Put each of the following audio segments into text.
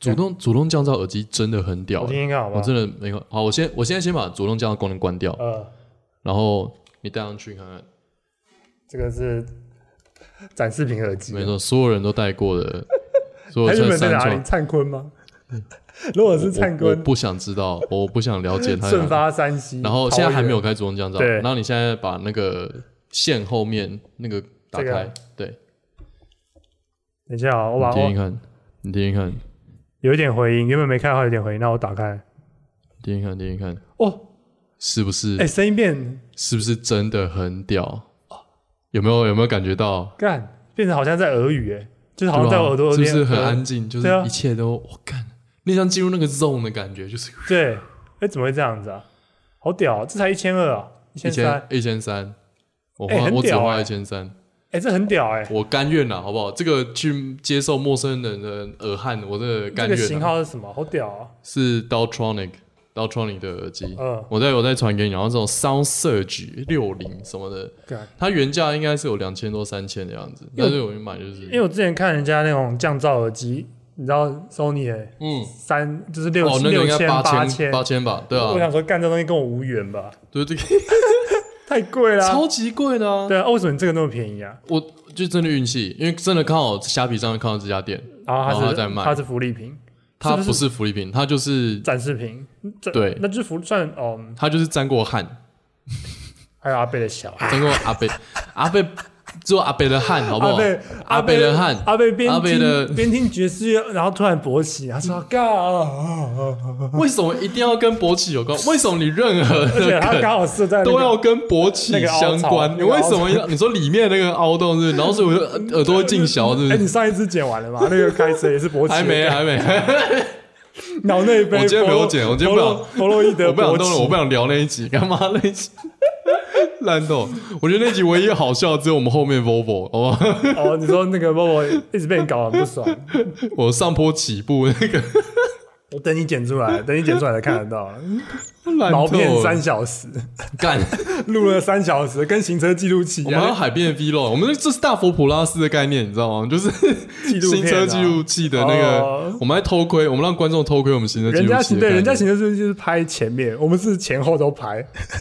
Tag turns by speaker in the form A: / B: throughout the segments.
A: 主动主动降噪耳机真的很屌
B: 嗯我
A: 欸、
B: 听听看好
A: 我
B: 不好？
A: 真的没有。好，我先我现在先把主动降噪功能关掉，
B: 呃，
A: 然后你戴上去看看。
B: 这个是展示品耳机，啊
A: 没错，所有人都戴过的，所有
B: 还是你
A: 穿
B: 们在
A: 三
B: 哪里？
A: 创。
B: 灿坤吗？如果是灿
A: 我我
B: 坤，
A: 不想知 道，我不想了解他。
B: 顺发山西，
A: 然后
B: 桃
A: 现在还
B: 园
A: 没有开主动降噪，
B: 对
A: 然后你现在把那个线后面那个打
B: 这个
A: 开，对，
B: 等一下啊，我把
A: 你听听
B: 我
A: 看，你听听看，
B: 有一点回音，原本没开的话有点回音，那我打开。
A: 听听看，听听看，
B: 哦，
A: 是不是？
B: 哎、声音变
A: 是不是真的很屌？有没有有没有感觉到？
B: 干，变成好像在俄语哎、就是好像
A: 对
B: 在
A: 吧
B: 我耳朵
A: 是
B: 里
A: 不
B: 面
A: 是很安静？就是
B: 对啊
A: 一切都我干，那像进入那个 zone 的感觉，就是
B: 对，哎、怎么会这样子啊？好屌、啊，这才一千二啊，一
A: 一
B: 千三
A: 千，一千三，我花、
B: 哎很
A: 我只
B: 屌
A: 花
B: 哎
A: 一千三，
B: 哎，这很屌哎、
A: 我甘愿啊啦，好不好？这个去接受陌生人的耳汗，我这
B: 这
A: 甘
B: 个
A: 愿、啊。
B: 型号是什么？好屌啊！
A: 是 Daltronic Daltronic 的耳机，
B: 嗯，
A: 我再我再传给你。然后这种 Sound Surge 六零什么的，
B: 干，
A: 它原价应该是有两千多三千的样子，
B: 因为
A: 但是我就买就是，
B: 因为我之前看人家那种降噪耳机，你知道 Sony 哎、
A: 嗯，
B: 三就是六
A: 哦，那个
B: 六
A: 应该
B: 千
A: 八
B: 千，
A: 八千吧，对
B: 我
A: 啊，
B: 想说干这东西跟我无缘吧，
A: 对 这个
B: 太贵啦、
A: 超级贵的啊，
B: 对啊，为什么你这个那么便宜啊？
A: 我就真的运气，因为真的刚好虾皮上面看到这家店，
B: 然后它
A: 然后
B: 是
A: 它再卖
B: 它是福利品，
A: 它
B: 是不
A: 不是福利品，它就是
B: 展示品，这
A: 对
B: 那就是福算哦，
A: 它就是沾过汗，
B: 还有阿贝的小孩，
A: 沾过阿贝 阿贝只有阿贝的汗，好不
B: 阿
A: 好？
B: 贝
A: 阿贝的汗
B: 阿贝边
A: 阿贝的
B: 听边听爵士乐，然后突然勃起，他说啊嘎，
A: 为什么一定要跟勃起有关？为什么你任何
B: 而且
A: 的
B: 他
A: 梗
B: 刚好是在那个
A: 都要跟勃起
B: 那个凹槽
A: 相关。
B: 那
A: 你
B: 个凹
A: 为什么要？你说里面那个凹洞 是不是？然后所以我就呃耳朵会进小，是不
B: 哎，你
A: 是？
B: 上一次剪完了吗？那个开车也是勃起，
A: 还没，啊还没。
B: 脑内杯，
A: 我今天没有剪我今天不想
B: 弗洛伊 德
A: 我不想
B: 勃
A: 动了，我
B: 起
A: 不，想聊那一集，干嘛那一集？烂透！我觉得那集唯一好笑的只有我们后面 Volvo，好吧？
B: 哦，你说那个 Bobo 一直被你搞得很不爽，
A: 我上坡起步 那个
B: 我 等你剪出来，等你剪出来才 看得到，
A: 烂
B: 毛片
A: 透
B: 三
A: 了，
B: 小时，
A: 干！
B: 录了三小时，跟行车记录器一
A: 我们还有
B: 样，
A: 海边的 Vlog，我们这是大佛普拉斯的概念，你知道吗？就是
B: 记录
A: 行
B: 片
A: 车
B: 啊
A: 记录器的那个
B: 哦，
A: 我们在偷窥，我们让观众偷窥我们行车记
B: 人
A: 录
B: 家
A: 器
B: 行
A: 的概
B: 对，
A: 念。
B: 人家行车记录器是拍前面，我们是前后都 拍，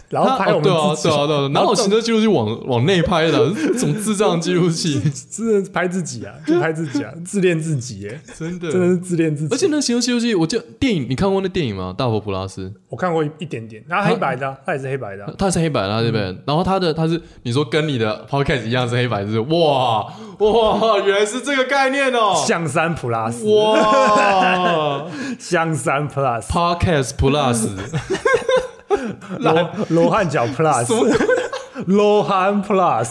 B: 然
A: 他
B: 后拍
A: 哦
B: 我们自己，
A: 对啊，对啊，对啊，哪有行车记录器往往内拍的啊？这种智障记录器，
B: 真的拍自己啊，就拍自己 啊，自恋自己耶，
A: 真的
B: 真的是自恋自己。
A: 而且那行车记录器，我记得电影，你看过那电影吗？大佛普拉斯，
B: 我看过一一点点，然后黑白的啊，它也是黑白的啊，
A: 它是黑白的啊，对不
B: 嗯
A: 对？然后它的它是，你说跟你的 podcast 一样是黑白，就是哇哇，原来是这个概念哦，
B: 象山 plus，
A: 哇
B: 象山 plus，
A: ，podcast plus，
B: 罗罗 汉脚 plus，罗汉 plus，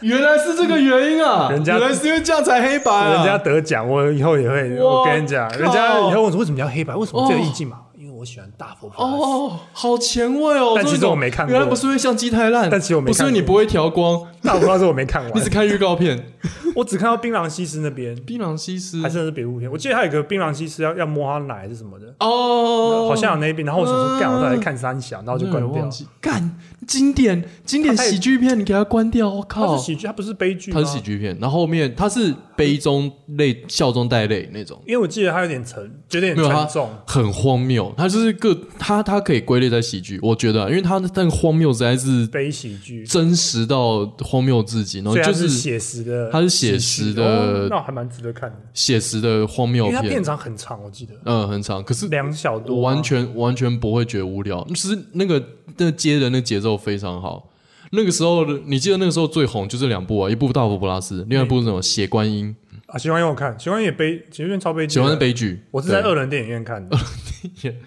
A: 原来是这个原因啊，
B: 人家
A: 原来是因为这样才黑白 啊，
B: 人家得奖，我以后也会，
A: 哇
B: 我跟你讲，
A: 靠
B: 人家以后问说为什么要黑白，为什么这个意境嘛？因为我喜欢大佛 plus，
A: 哦，好前卫哦！
B: 但其实
A: 这种
B: 我没看过
A: 原来不是因为相机太烂，
B: 但其实我没
A: 不是
B: 看
A: 因
B: 过哎
A: 为你不会调光，
B: 大佛 plus 我没看
A: 你
B: 完
A: 只，看预告片。
B: 我只看到槟榔西施那边。
A: 槟榔西施
B: 还是那是别部片。我记得还有一个槟榔西施要要摸他奶还是什么的，
A: 哦，
B: 好像有那一边。然后我想
A: 嗯
B: 说，干，我再来看三小，然后
A: 我
B: 就关掉
A: 忘。记干经典经典
B: 它太
A: 喜剧片，你给它关掉，我
B: 它
A: 靠
B: 是！喜剧，它不是悲剧，
A: 它是喜。剧片，然后后面它是悲中泪、笑中带泪那种，
B: 因为我记得它有点沉，有点
A: 没有它啊
B: 沉重。
A: 很荒谬。它就是个它它可以归类在喜剧，我觉得啊，因为它那个荒谬实在是
B: 悲喜剧，
A: 真实到荒谬至极，然后
B: 虽
A: 就
B: 然写实的，
A: 它是写实的
B: 哦那我还蛮值得看的。
A: 写实的荒谬
B: 因为它
A: 片
B: 片，长很长，我记得
A: 嗯，很长，可是
B: 两小多啊。
A: 我完全完全不会觉得无聊，就是那个那接的那节奏非常好。那个时候的，你记得那个时候最红就这两部啊，一部《大佛普拉斯》，另外一部是什么《血观音
B: 啊，喜欢因为我看，喜欢也悲，喜欢超悲》，剧。
A: 喜欢是悲剧。
B: 我是在
A: 对
B: 二人电影院看的，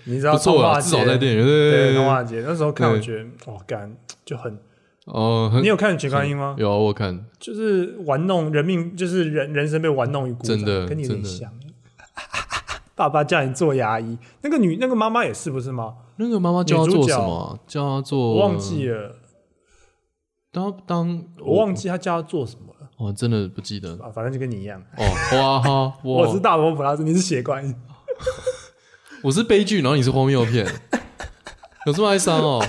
B: 你知道
A: 不错
B: 动画
A: 啊，
B: 节
A: 至少在电影院。对对
B: 对
A: 对
B: 动
A: 对，
B: 画节那时候看，
A: 对
B: 我觉得哦，干就很。
A: 哦，很
B: 你有看《全观音》吗？
A: 有啊我看，
B: 就是玩弄人命，就是人人生被玩弄于股掌，
A: 真的
B: 跟你有
A: 真
B: 点
A: 的
B: 像。 爸爸叫你做牙医，那个女那个妈妈也是不是吗？
A: 那个妈妈叫她
B: 女主
A: 做
B: 角
A: 什么啊？叫她做
B: 我忘记了，
A: 当当
B: 我忘记她叫她做什么了
A: 我真的不记得
B: 啊，反正就跟你一样。
A: 哦。哇 哈，
B: 我
A: 哇
B: 是大佛普拉斯，你是血观音，
A: 我是悲剧，然后你是荒谬片，有这么哀伤哦？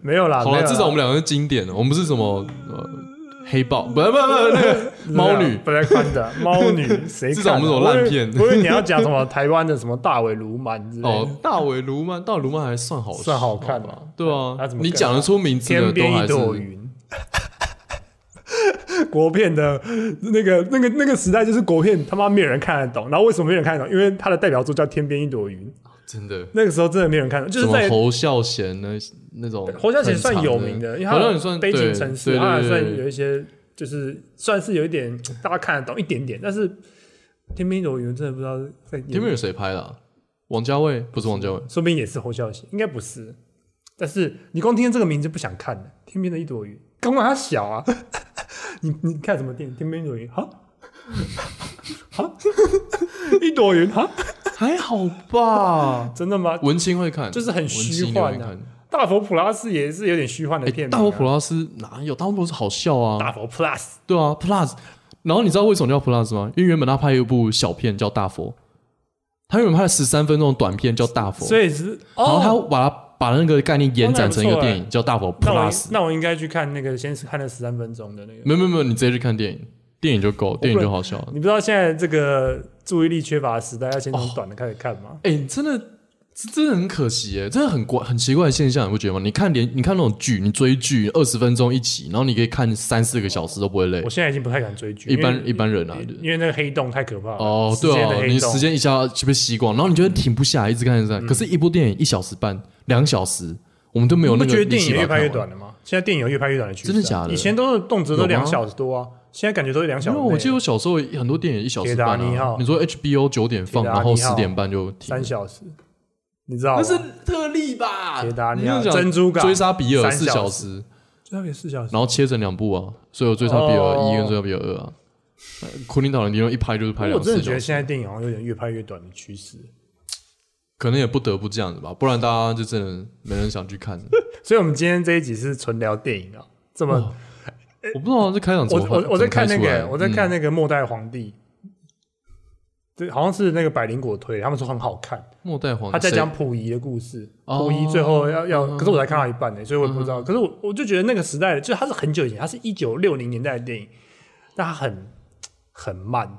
B: 没有啦，
A: 好
B: 没
A: 了，
B: 有啦
A: 至少我们两个是经典的，我们是什么呃黑豹，不 不不，那个猫女，
B: Black Panther 猫女，谁看啊？
A: 至少我们这种烂片
B: 我以为我以为你要讲什么台湾的什么大尾鲈鳗之类的。
A: 哦，大尾卢曼，大尾卢曼还算好，
B: 算好看
A: 吧
B: 吧？
A: 对啊
B: 他怎，么
A: 你
B: 更
A: 讲得出名字的
B: 天
A: 都
B: 边
A: 还
B: 一朵
A: 是
B: 云。国片的那个、那个、那个时代，就是国片他妈没有人看得懂。然后为什么没有人看得懂？因为他的代表作叫《天边一朵云》，
A: 真的，
B: 那个时候真的没有人看得懂，就
A: 什
B: 是
A: 么
B: 在
A: 侯孝贤那那种很长的，
B: 侯孝贤算有名的，因为
A: 侯孝
B: 他
A: 贤算
B: 背景
A: 对
B: 城市，
A: 对
B: 他还
A: 对对
B: 算
A: 对
B: 有一些，就是算是有一点大家看得懂一点点。但是《天边一朵云》真的不知道在演
A: 天边有谁拍的啊？王家卫不是王家卫，
B: 说不定也是侯孝贤，应该不是。但是你光听这个名字不想看了，《天边的一朵云》，刚刚它小啊， 你你看什么电影？《天边一朵云》哈， 哈，一朵云哈，
A: 还好吧？
B: 真的吗？
A: 文青会看，
B: 就是很
A: 文青
B: 虚
A: 也会
B: 幻啊
A: 看。
B: 大佛普拉斯也是有点虚幻的
A: 哎，
B: 片名、
A: 大
B: 啊
A: 佛普拉斯哪有？大佛普拉斯好笑啊，
B: 大佛 Plus
A: 对啊，Plus。然后你知道为什么叫 Plus 吗？因为原本他拍一部小片叫《大佛》，他原本拍了十三分钟的短片叫《大佛》，
B: 所以是
A: 然后
B: 哦。
A: 他把它把那个概念延展成一个电
B: 哦那还不
A: 影叫《大佛
B: 那我
A: Plus》。
B: 那我应该去看那个，先是看了十三分钟的那个。
A: 没有没有没有，你直接去看电影，电影就够，电影就好笑了。
B: 你不知道现在这个注意力缺乏的时代，要先从短的开始看吗？
A: 哎、你真的这真的很可惜哎，真的很怪很奇怪的现象，你不觉得吗？你看连你看那种剧，你追剧二十分钟一集，然后你可以看三四个小时都不会累
B: 我。现在已经不太敢追剧，
A: 一
B: 因
A: 般
B: 为
A: 一般人啊，
B: 因为那个黑洞太可怕了。
A: 哦，
B: 时
A: 对
B: 间的
A: 哦，
B: 黑
A: 你
B: 洞嗯
A: 时间一下就被吸光，然后你就会停不下来，一直看一直看。可是，一部电影一小时半、两小时，我们都没有
B: 你
A: 那
B: 不觉
A: 个力
B: 得电
A: 气
B: 影
A: 把它看
B: 越拍
A: 完
B: 越短了吗？现在电影有越拍越短的趋势啊，
A: 真的假的
B: 以前都是动辄
A: 有
B: 都
A: 吗
B: 两小时多啊，现在感觉都是两小
A: 因
B: 时
A: 为
B: 内。
A: 我记得我小时候很多电影一小时半、
B: 铁达尼
A: 啊
B: 号，
A: 你说 HBO 九点放，
B: 铁达尼
A: 然后
B: 号
A: 十点半就停
B: 三
A: 了，
B: 小时，你知道吗？
A: 那是特例吧？
B: 铁达尼
A: 你
B: 号
A: 就讲
B: 珍珠港
A: 追杀比尔
B: 三
A: 四
B: 小
A: 小
B: 时
A: 时，
B: 最后也四小时
A: 然，后切成两部啊，所以有追杀比尔一
B: 哦
A: 跟追杀比尔二啊。呃库林岛人迪龙一拍就是拍
B: 我
A: 两
B: 真
A: 四
B: 的觉
A: 小
B: 得
A: 时，
B: 现在电影好像有点越拍越短的趋势，
A: 可能也不得不这样子吧，不然大家就真的没人想去看了。
B: 所以 我们今天这一集是纯聊电影啊，这么
A: 哇我不知道这开场怎
B: 我
A: 么
B: 我我在看那
A: 怎么开出
B: 个
A: 来，
B: 我在看
A: 嗯
B: 那个《末代皇帝》，对，好像是那个百灵果推，他们说很好看，
A: 末代皇帝，
B: 他在
A: 谁
B: 讲溥仪的故事，
A: 哦
B: 溥仪最后要要，
A: 嗯
B: 可是我才看到一半呢，所以我也不知道。可是我我就觉得那个时代，就它是很久以前，它是一九六零年代的电影，但它很很慢，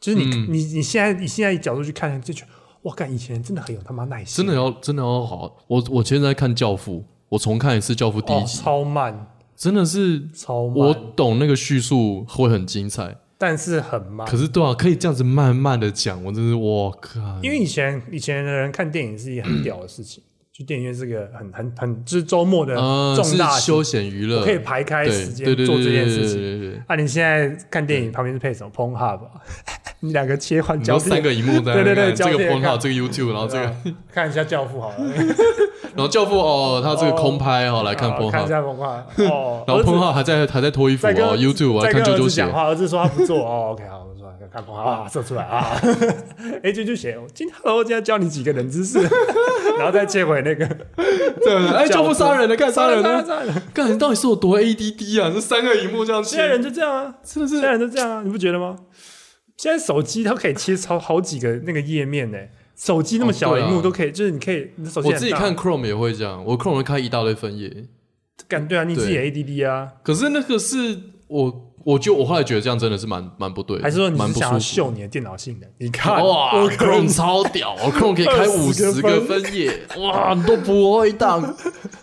B: 就是你
A: 嗯
B: 你你现在你现在角度去看，就觉得哇，干以前真的很有他妈耐心，
A: 真的要真的要好。我我前阵在看《教父》，我重看一次《教父》第一
B: 哦
A: 集，
B: 超慢
A: 真的是
B: 超
A: 我
B: 慢，
A: 懂那个叙述会很精彩，
B: 但是很慢。
A: 可是对啊，可以这样子慢慢的讲，我真是我靠，
B: 因为以前以前的人看电影是一件很屌的事情，去电影院是个很很很就是周末的
A: 呃
B: 重
A: 是
B: 大行
A: 休闲娱乐，
B: 我可以排开
A: 对
B: 时间
A: 对对
B: 做这件事
A: 对对
B: 情。
A: 对对对
B: 啊，你现在看电影旁边是配什么 p o n h u b 你两个切换
A: 你
B: 交
A: 说三
B: 替，
A: 个荧幕在那边
B: 对对对
A: 看这
B: 交
A: 个
B: 替
A: p o
B: 看
A: n h u 这个 YouTube，然后这个，
B: 对啊看一下《教父》好了，
A: 然后教父哦，他这个空拍哦，来看 p o n h
B: 好看
A: u
B: 一下 p o n 哦，
A: 然后
B: 儿
A: p
B: 子
A: o n h u 还在还在脱衣服
B: 在跟
A: 哦，YouTube 我
B: 在
A: 要
B: 跟
A: 看啾
B: 儿
A: 啾
B: 子
A: 鞋
B: 讲，话，儿子说他不做，哦，OK，好，我说看 p o n 啊，射出来啊， 哎，啾啾鞋，我今天 hello，今天教你几个冷知识， 然后再切回那个
A: 对对，对哎，
B: 教
A: 教
B: 父
A: 父杀人了，干杀人了，
B: 杀人，
A: 干你到底是有多 ADD 啊？这三个荧幕这样
B: 现在
A: 切，
B: 人就这样啊，
A: 真的
B: 现在
A: 是
B: 人就这样啊，你不觉得吗？现在手机它可以切超好几个那个页面呢、手机那么小的屏幕
A: 哦对啊
B: 都可以，就是你可以，你的手机
A: 我
B: 很
A: 自己
B: 大
A: 看 Chrome 也会这样，我 Chrome 会开一大堆分页，
B: 感对啊，你自己
A: 对
B: ADD 啊，
A: 可是那个是我，我就我后来觉得这样真的是蛮蛮不对的，
B: 还是说你
A: 蛮
B: 是
A: 不
B: 想要
A: 舒服。
B: 秀你的电脑性能？你看
A: 哇
B: 我可能
A: ，Chrome 超屌哦，Chrome 可以开五十
B: 20
A: 个
B: 个
A: 分页，哇，你都不会当。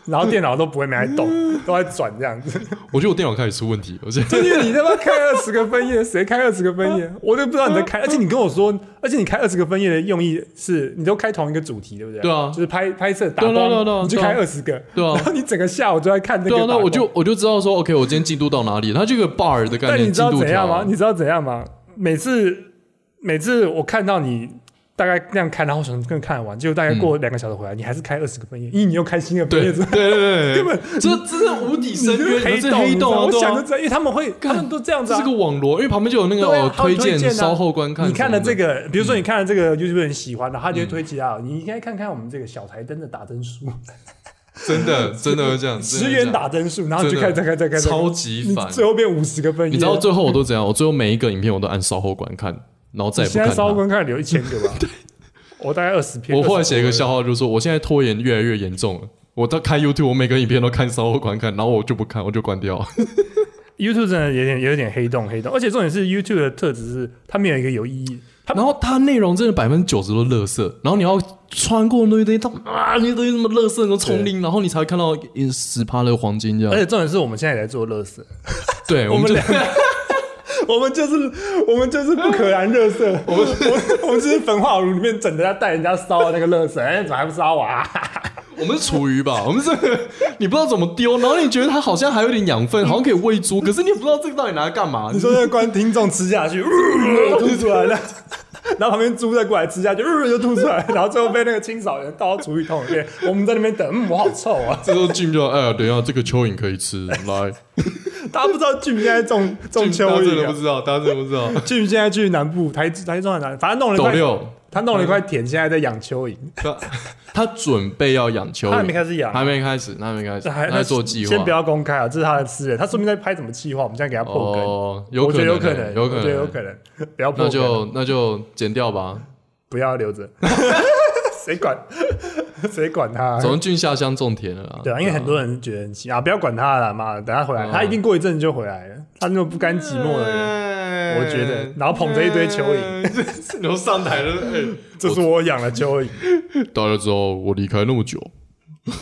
B: 然后电脑都不会没来动，都在转这样 子。
A: 我觉得我电脑开始出问题，我觉得
B: 就因为你他妈开二十个分页，谁开二十个分页？我都不知道你在开， 而且你跟我说，而且你开二十个分页的用意是，你都开同一个主题，对不对？
A: 对啊
B: 就是拍拍摄打
A: 对啊对啊对啊对啊
B: 光，你就开二十个，
A: 对啊
B: 然后你整个下午都在看那个
A: 对啊那
B: 打，光。
A: 我就我就知道说，OK，我今天进度到哪里，它这个 bar 的概
B: 但你
A: 念
B: 知
A: 进
B: 道
A: 度
B: 怎
A: 条
B: 样吗？
A: 啊
B: 你，知道怎样吗？每次每次我看到你大概那样看，然后想更看完，结果大概过两个小时回来，你还是开二十个分页，因为你又开新的分
A: 对
B: 页，
A: 嗯对对对，根本这这是无底深
B: 你
A: 渊，
B: 黑
A: 你这
B: 洞，
A: 黑洞啊，
B: 你知道吗我
A: 对
B: 想就
A: 啊，
B: 知道，因为他们会，他们都这样子、
A: 这
B: 啊
A: 是。个网罗，因为旁边就有那个
B: 对啊
A: 哦
B: 他们推荐啊
A: 稍后观看，嗯
B: 你看了这
A: 个，
B: 个，比如说你看了这个 YouTube 很喜欢的，他就会推荐啊，你应该看看我们这个小台灯的打灯数，
A: 真的真的会这样，
B: 十元打灯数，然后你就
A: 真的
B: 看，再看，再看，
A: 真的
B: 再看
A: 超级
B: 你
A: 烦，
B: 最后变五十个分页，
A: 你知道最后我都怎样？我最后每一个影片我都按稍后观看，然后再也不啊
B: 现在
A: 看
B: 烧
A: 它。
B: 光 看有一千个吧？我大概二十篇，
A: 我后来写一个
B: 笑。
A: 笑话，就是说我现在拖延越来越严重了。我到看 YouTube，我每个影片都看稍微观看，然后我就不看，我就关掉。
B: YouTube 真的有点有点黑洞黑洞，而且重点是 YouTube 的特质是它没有一个有意义。它
A: 然后它内容真的百分之九十都垃圾，然后你要穿过那一堆到啊，那一堆什么垃圾什么丛林，然后你才会看到十趴的黄金这
B: 而
A: 样。
B: 且重点是我们现在也在做乐色，
A: 对，我
B: 哎我
A: 们
B: 们
A: 就
B: 两个， 我们就是我们就是不可燃乐色， 我们我们我们就是焚化炉里面整的要带人家烧的那个乐色，哎、怎么还不烧我啊？
A: 我们是厨余吧，我们这个你不知道怎么丢，然后你觉得它好像还有点养分，好像可以喂猪，可是你也不知道这个到底拿来干嘛。
B: 嗯你说那个观听众吃 下去，呜、吐出来了， 然后旁边猪再过来吃下去，呜、就吐出 来，然后最后被那个清扫员倒到厨余桶里面，我们在那边等，嗯，我好臭啊！
A: 这时候 Jim 就哎，等一下，这个蚯蚓可以吃，来，
B: 大家不知道俊现在种种
A: Jim，大家
B: 蚯
A: 真的
B: 蚓、
A: 不
B: 啊，
A: 知道，大家真的不 知道。
B: 俊现在去南部台台中还是哪里，反正弄了一
A: 斗
B: 块，
A: 六，
B: 他弄了一块田，现在在养蚯蚓，
A: 他他准备要养蚯蚓，
B: 他还没开始养啊
A: 哦还没开始，那还没开始，
B: 这还
A: 他在做计划。
B: 先不要公开啊，这是他的私人，他说不定在拍什么计划，我们现在给他破梗，
A: 哦，有
B: 我觉
A: 可
B: 得
A: 能，
B: 有
A: 有
B: 可能，我
A: 可
B: 觉得有
A: 能，
B: 可能，不要破
A: 那
B: 梗，啊
A: 就那就剪掉吧。
B: 不要留 着，谁管 谁管他啊、
A: 总之俊下乡种田了啦。
B: 对啊，因为很多人觉得很奇啊，不要管他了嘛，等他回来，
A: 嗯
B: 他一定过一阵子就回来了。他那么不甘寂寞的
A: 哎
B: 人，
A: 人
B: 我觉得然后捧着一堆蚯
A: 蚓，哎 然后上台了。 哎
B: 这是我养了蚯蚓，
A: 到了之后，我离开那么久，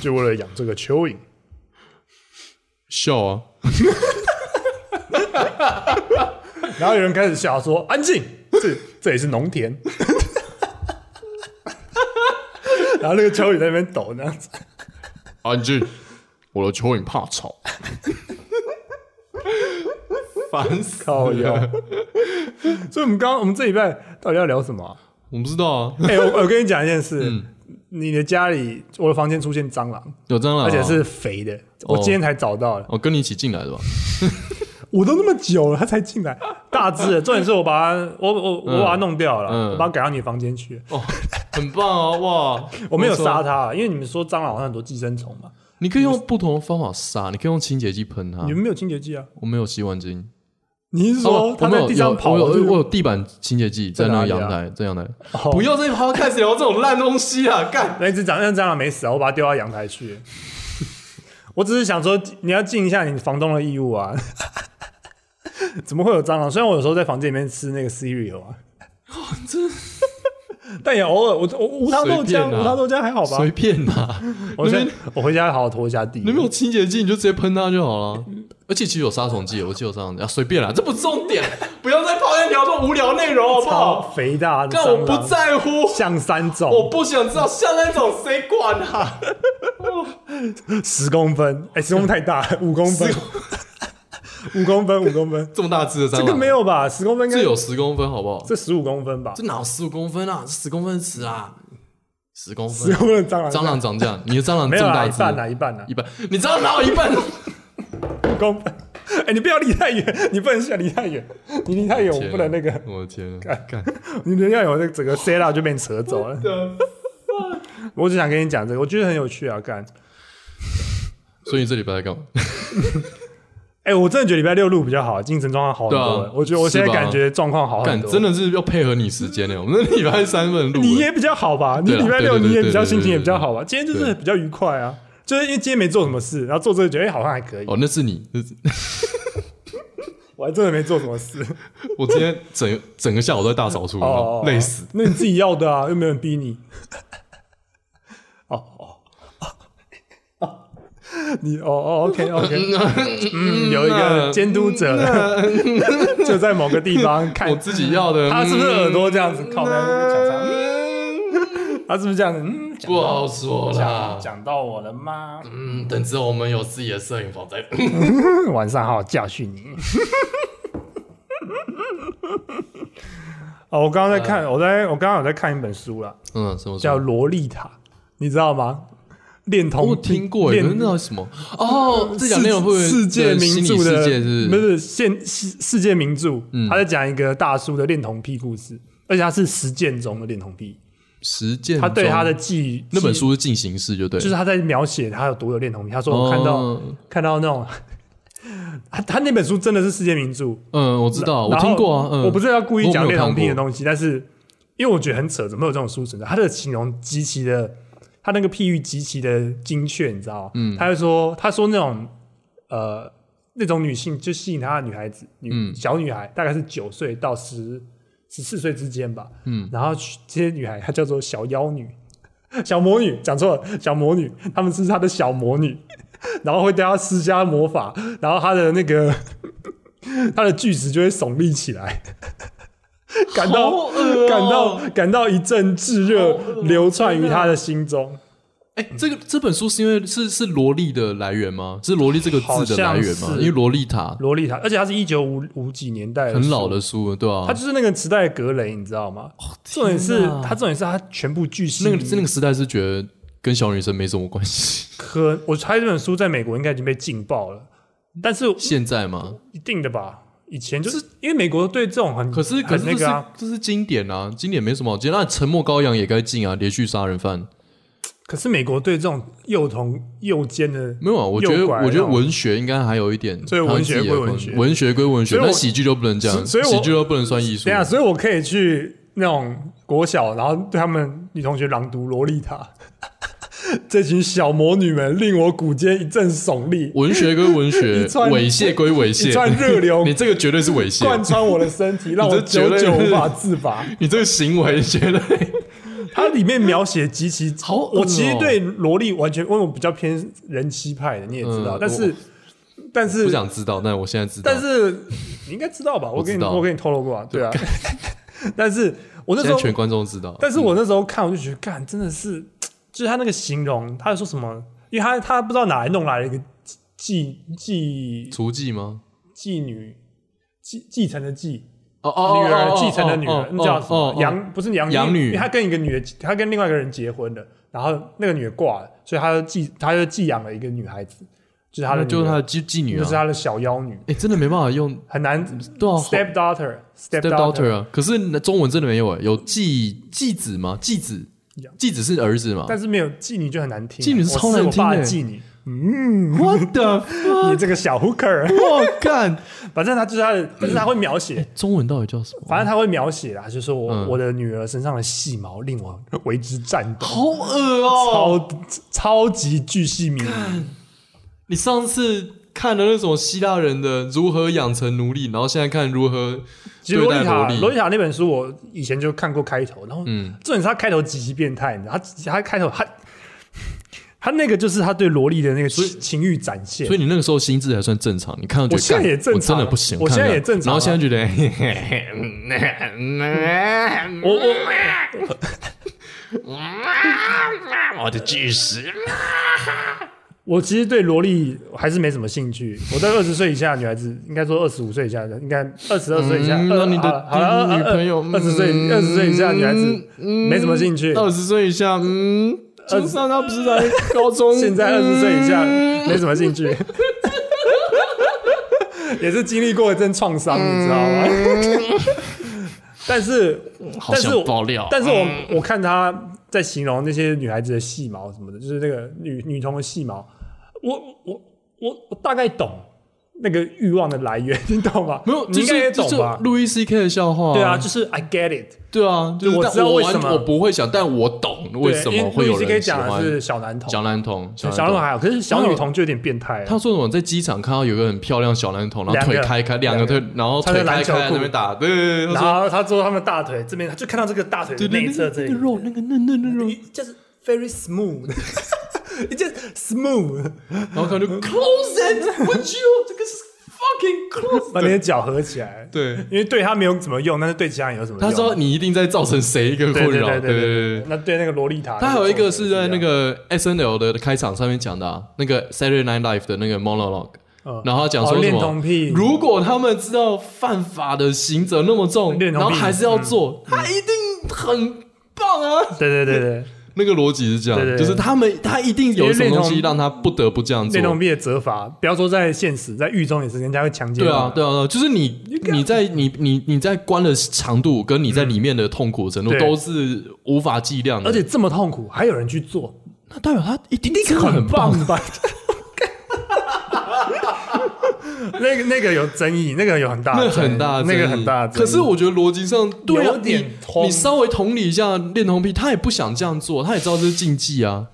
B: 就为了养这个蚯蚓。
A: 笑啊！
B: 然后有人开始笑说：“安静，这这也是农田。” 然后那个蚯蚓在那边抖那样子，
A: 安静，我的蚯蚓怕吵， 烦死！
B: 靠腰。所以我们刚刚我们这礼拜到底要聊 什么啊、
A: 我不知道啊，
B: 哎、我我跟你讲一件事，你的家里我的房间出现蟑螂，
A: 有蟑嗯螂啊，
B: 而且是肥的，我
A: 哦
B: 今天才找到的。
A: 我跟你一起进 来的吧？
B: 我都那么久了，他才进来，大 只的。重点是我把它，我我我把它弄掉了，
A: 嗯
B: 我把它赶到你房间去。
A: 哦，很棒啊！哇，
B: 我没有杀
A: 它，
B: 它，因为你们说蟑螂好像很多寄生虫嘛，
A: 你可以用不同的方法杀，你可以用清洁剂喷它
B: 你。们没有清洁剂啊？
A: 我没有洗碗巾，
B: 你是说
A: 哦
B: 它
A: 我没
B: 在
A: 有
B: 地上
A: 有
B: 跑？
A: 我有
B: 对不对
A: 我有地板清洁剂在那个
B: 在哪里啊
A: 阳台，在阳台。
B: 哦
A: 不要再 podcast 聊这种烂东西啊！干，
B: 那一只蟑螂，那只蟑螂没死啊，我把它丢到阳台去。 我只是想说，你要尽一下你房东的义务啊。 怎么会有蟑螂？虽然我有时候在房间里面吃那个 cereal 啊，
A: 哦
B: 真， 但也偶尔我我无糖豆
A: 随
B: 浆，
A: 便啊
B: 无糖豆浆还好 吧
A: 随？便啦。
B: 我
A: 那
B: 先
A: 边
B: 我回家好好拖一下地。
A: 你没有清洁剂，你就直接喷它就好了。而且其实有杀虫剂，我记得有杀虫剂啊，随便啦，这不是重点， 不要再抛在聊这种无聊内容好不
B: 超
A: 好？
B: 肥大的
A: 但
B: 蟑
A: 我
B: 螂，
A: 不在乎，
B: 像三
A: 我
B: 种，
A: 不想知道像那种谁管啊？
B: 十公分，哎、十公分太大了，五公分，五公分，五公分，
A: 这么大只的蟑
B: 这
A: 螂，
B: 个没，有吧？十公分应
A: 这
B: 该
A: 有十公分好不好？
B: 这十五公分吧？
A: 这哪有十五公分啊？这十公分尺啊，十公
B: 十
A: 分。
B: 公分的蟑螂，
A: 蟑螂长这样，你的蟑螂
B: 没
A: 这
B: 有
A: 么
B: 啦，
A: 大
B: 一
A: 只，
B: 半啊啦，一半啦，
A: 一半，你知道哪有一 半？
B: 五公分。哎、你不要离太远，你不能想离太远，你离太远我不能那个，
A: 我的天啊！干，
B: 你离太远我那个整个 C 拉就被你扯走了。我只想跟你讲这个，我觉得很有趣啊，干。
A: 所以你这礼拜在干嘛？
B: 哎、我真的觉得礼拜六录比较好，精神状况好很多了。
A: 对
B: 欸
A: 啊
B: 我觉得我现在
A: 是吧
B: 感觉状况好很
A: 干，
B: 多，
A: 真的是要配合你时间呢。我们那礼拜三不能录，
B: 你也比较好吧？你
A: 对啦啊
B: 礼拜六
A: 对对对
B: 你也比较
A: 对对
B: 心情也
A: 对
B: 比较好吧？今天就是
A: 对
B: 比较愉快啊，就是因为今天没做什么事，然后做这个觉得哎好像还可以，
A: 哦，那是你，那是
B: 我还真的没做什么事，
A: 我今天整整个下午都在大扫除，你知道
B: 哦
A: 吗，累死。。
B: 那你自己要的啊， 又没有人逼你。哦哦哦， 你哦哦，OK OK，嗯，有一个监督者 就在某个地方
A: 嗯我
B: 看，
A: 自己要的， 嗯
B: 他是不是耳朵这样子靠在那个墙上？
A: 上？
B: 嗯他是不是这样子？嗯，讲
A: 不
B: 到
A: 好说
B: 讲
A: 啦。
B: 讲到我了吗？
A: 嗯，等之后我们有自己的摄影房再。
B: 晚上好好教训你。 哦，我刚刚在看，我在我刚刚有在看一本书啦，
A: 嗯，什么时
B: 叫
A: 候
B: 《洛丽塔》，你知道吗？恋童
A: 我听过耶，
B: 恋
A: 可是那到底什么？哦，这讲内容会不会
B: 世世界
A: 对
B: 名
A: 心
B: 著
A: 理世
B: 的，
A: 界是
B: 不是现世世界名著？
A: 嗯
B: 他在讲一个大叔的恋童癖故事，而且他是实践中的恋童癖，
A: 实践中？
B: 他对他的记忆
A: 那本
B: 记
A: 书是进行式，就对了，
B: 就是他在描写他有多有恋童癖。他说我看到、
A: 哦
B: 看到那种， 他他那本书真的是世界名著，
A: 嗯，我知道，我
B: 然后
A: 听过啊，嗯，
B: 我不是要故意讲
A: 我没
B: 恋
A: 有
B: 童癖的
A: 看过
B: 东西，但是因为我觉得很扯，怎么会有这种书存在？它的形容极其的他那个譬喻极其的精确，你知道吗？
A: 嗯
B: 他就说，他说那种呃那种女性就吸引他的女孩子，女、
A: 嗯
B: 小女孩大概是九岁到十十四岁之间吧，
A: 嗯，
B: 然后去这些女孩她叫做小妖女、 小魔女，讲错了，小魔女，她们是她的小魔女， 然后会对她施加魔法，然后她的那个 她的句子就会耸立起来， 感到、
A: 好恶哦
B: 感到感到一阵炙热
A: 好恶哦
B: 流窜于她的心中。
A: 哎，这个这本书是因为是是萝莉的来源吗？是萝莉这个字的来源
B: 好
A: 吗？
B: 像是
A: 因为萝莉塔
B: 洛丽塔，而且她是一九五五几年代
A: 很老
B: 书
A: 的书了，对吧、
B: 他就是那个时代的格雷，你知道吗？重点是
A: 天哪
B: 他，重点是他全部巨细靡
A: 那
B: 遗。
A: 个那个时代是觉得跟小女生没什么关系。
B: 可我猜这本书在美国应该已经被劲爆了，但是
A: 现在嘛，
B: 一定的吧？以前就是因为美国对这种很
A: 可是可
B: 很
A: 是
B: 那
A: 这是、
B: 个啊，
A: 这是经典啊，经典没什么好进。那沉默羔羊也该进啊，连续杀人犯
B: 可是美国对这种幼童幼奸的，
A: 没有啊？我觉得
B: 诱拐
A: 我觉
B: 那
A: 得
B: 种
A: 文学应该还有一点，
B: 所以文学
A: 它自己的
B: 归文
A: 风
B: 学
A: 文学归文学，
B: 所以我
A: 但喜剧就不能这样，
B: 所以我
A: 喜剧就不能算艺术
B: 对。啊，所以我可以去那种国小，然后对他们女同学朗读《洛丽塔》， 这群小魔女们令我骨间一阵耸立，
A: 文学归文学，
B: 一串
A: 猥亵归猥亵，
B: 一串热流
A: 你这个绝对是猥亵
B: 贯，穿我的身 体，让我
A: 你这绝
B: 久
A: 对
B: 久
A: 是
B: 无法自拔。
A: 你这个行为绝对。
B: 它里面描写极其
A: 好恶哦
B: 我其实对萝莉完全，因为我比较偏人妻派的，你也知道，
A: 嗯
B: 但是但
A: 不
B: 是
A: 想知道，但我现在知道。
B: 但是你应该知道吧？我
A: 知
B: 跟你
A: 道
B: 我跟你透露过啊， 对啊。但是我那时
A: 现在
B: 候，
A: 全观众知道。
B: 但是我那时候看我就觉得，干真的是，就是他那个形容，他说什么？因为他他不知道哪来弄来了一个妓妓
A: 厨妓吗？
B: 妓女继继承的继。
A: 哦哦，
B: 女儿
A: 哦
B: 继承的女
A: 哦
B: 儿
A: 哦，
B: 那叫什
A: 哦
B: 么
A: 哦？
B: 养不是养
A: 养女
B: 他跟一个女的，他跟另外一个人结婚了，然后那个女的挂了，所以他就寄他就寄养了一个女孩子，就是他的
A: 那
B: 女儿
A: 就是她的妓妓女
B: 就是
A: 啊。
B: 他的小妖女，
A: 哎，真的没办法用
B: 很难
A: 对啊
B: step daughter step
A: daughter 啊，可是中文真的没有哎，有继继子吗？继子
B: 呀，
A: 继子是儿子嘛
B: 但是没有妓女就很难听啊，
A: 妓女是
B: 我是
A: 超难听
B: 我爸的
A: 的
B: 妓女，嗯，
A: ？What the？
B: 你这个小 hooker，
A: 我干，
B: 反正他就是他的，但是他会描写，
A: 中文到底叫什么？
B: 反正他会描写啦，就说我、
A: 嗯
B: 我的女儿身上的细毛令我为之颤抖，
A: 好恶哦！
B: 超超级巨细靡遗。
A: 你上次看的那种希腊人的如何养成奴隶，然后现在看如何
B: 其实
A: 对
B: 洛
A: 待
B: 丽
A: 萝
B: 塔
A: 莉
B: 洛丽塔那本书，我以前就看过开头，然后
A: 嗯
B: 重点是他开头极其变态，你知道，他他开头他他那个就是他对萝莉的那个情情欲展现
A: 所。以你那个时候心智还算正常，你看到觉得
B: 我现在
A: 干
B: 也正常啊
A: 我真的不行，
B: 我现在
A: 看了
B: 也正常
A: 然
B: 啊
A: 后现在觉得，嘿嘿
B: 我我
C: 我的巨石。
B: 我其实对萝莉还是没什么兴趣。我在二十岁以下的女孩子，应该说二十五岁以下的，应该二十二岁以下，
A: 嗯
B: 二
A: 那你的
B: 好了
A: 第一女朋友嗯
B: 二十岁二十岁以下的女孩子没什么兴趣。
A: 二十岁以下，嗯，
B: 二
A: 就算他不是在高中，
B: 现在二十岁以下
A: 嗯
B: 没什么 兴趣，也是经历过一阵创伤，
A: 嗯
B: 你知道吗？ 但是，
C: 好
B: 但是
C: 想
B: 我，
C: 爆
A: 啊
C: 料，
B: 但是我
A: 嗯
B: 我看他在形容那些女孩子的细毛什么的，就是那个女女童的细毛，我我我我大概懂那个欲望的来源， 你懂吗？
A: 没有，
B: 你应该也懂吧？
A: 路易 C K 的笑话、
B: 对啊，就是 I get it，
A: 对啊，就是
B: 我
A: 但
B: 知道
A: 我
B: 为什么
A: 完我不会想，但我懂为什么会有
B: 可以
A: 人喜
B: 讲的
A: 欢
B: 是小男童，
A: 小男童，
B: 小男童还好，可是小女童就有点变态了。
A: 他说什么？在机场看到有一个很漂亮小男童，然后
B: 两个
A: 腿开开，两个
B: 两个
A: 腿，然后
B: 穿着
A: 腿开
B: 篮球
A: 开在
B: 裤
A: 那边打，对对对，他
B: 然
A: 说
B: 后他做他们大腿这边，他就看到这个大腿的
A: 对对
B: 内
A: 对
B: 侧这
A: 那
B: 里
A: 个，肉，那个嫩嫩的肉，
B: 就是 very smooth，it just smooth，
A: 然后可能就 close it，would you？这个是 fucking close，
B: 把你的脚合起来。，
A: 对，
B: 因为对他没有怎么用，但是对其他人有什么用？
A: 他说你一定在造成谁一个
B: 对
A: 困
B: 对
A: 扰，
B: 对
A: 对对
B: 对
A: 对
B: 对，。那对那个洛丽塔，
A: 他还有一个是在那
B: 重
A: 个 S N L 的开场上面讲的、啊，那个 Saturday Night Live 的那个 monologue，、
B: 嗯
A: 然后他讲
B: 哦
A: 说什
B: 恋
A: 么、
B: 童癖
A: 如果他们知道犯法的刑责那么重，
B: 恋
A: 然
B: 童
A: 后
B: 癖嗯
A: 还是要做，他一定很棒啊！
B: 点对对对对，
A: 那个逻辑是这样，
B: 嗯对对
A: 就
B: 对
A: 是他们他一定有什么东
B: 因为
A: 西
B: 恋童
A: 让他不得不这样做
B: 恋。童癖的责罚，不要说在现实，在狱中也是人家会强奸。
A: 对啊，，对啊，对啊就是你，你在你你你在关的长度跟你在里面的痛苦程度
B: 嗯对
A: 都是无法计量的，
B: 而且这么痛苦，还有人去做，
A: 那代表他一定
B: 这
A: 真
B: 个
A: 的
B: 很
A: 很棒
B: 棒啊吧？那个那个有争议，那个有很大
A: 啊那
B: 的争议，
A: 很大的争
B: 那
A: 议，
B: 个很大的争议。
A: 可是我觉得逻辑上对啊，
B: 有点
A: 你
B: 通
A: 你稍微同理一下恋童癖，他也不想这样做，他也知道这是禁忌啊。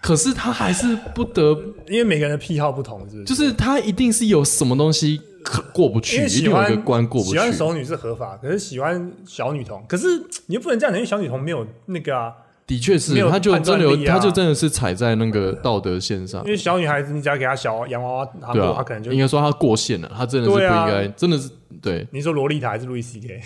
A: 可是他还是不得，
B: 因为每个人的癖好不同，是不是？
A: 就是他一定是有什么东西可过不
B: 因
A: 去，
B: 为
A: 一定
B: 喜
A: 有
B: 欢
A: 一个关过不
B: 喜
A: 去。
B: 欢熟女是合法，可是喜欢小女童，可是你又不能这样讲，因为小女童没有那个啊，
A: 的确
B: 没
A: 是，
B: 有
A: 他就
B: 判
A: 真
B: 断
A: 的有，
B: 力啊
A: 他就真的是踩在那个道德线上
B: 因。为小女孩子你只要给她小洋娃娃，她
A: 对
B: 过、
A: 啊，
B: 她可能就
A: 应该说他过线了，他真的是不应
B: 对啊
A: 该，真的是对。
B: 你说洛丽塔还是路易 C K？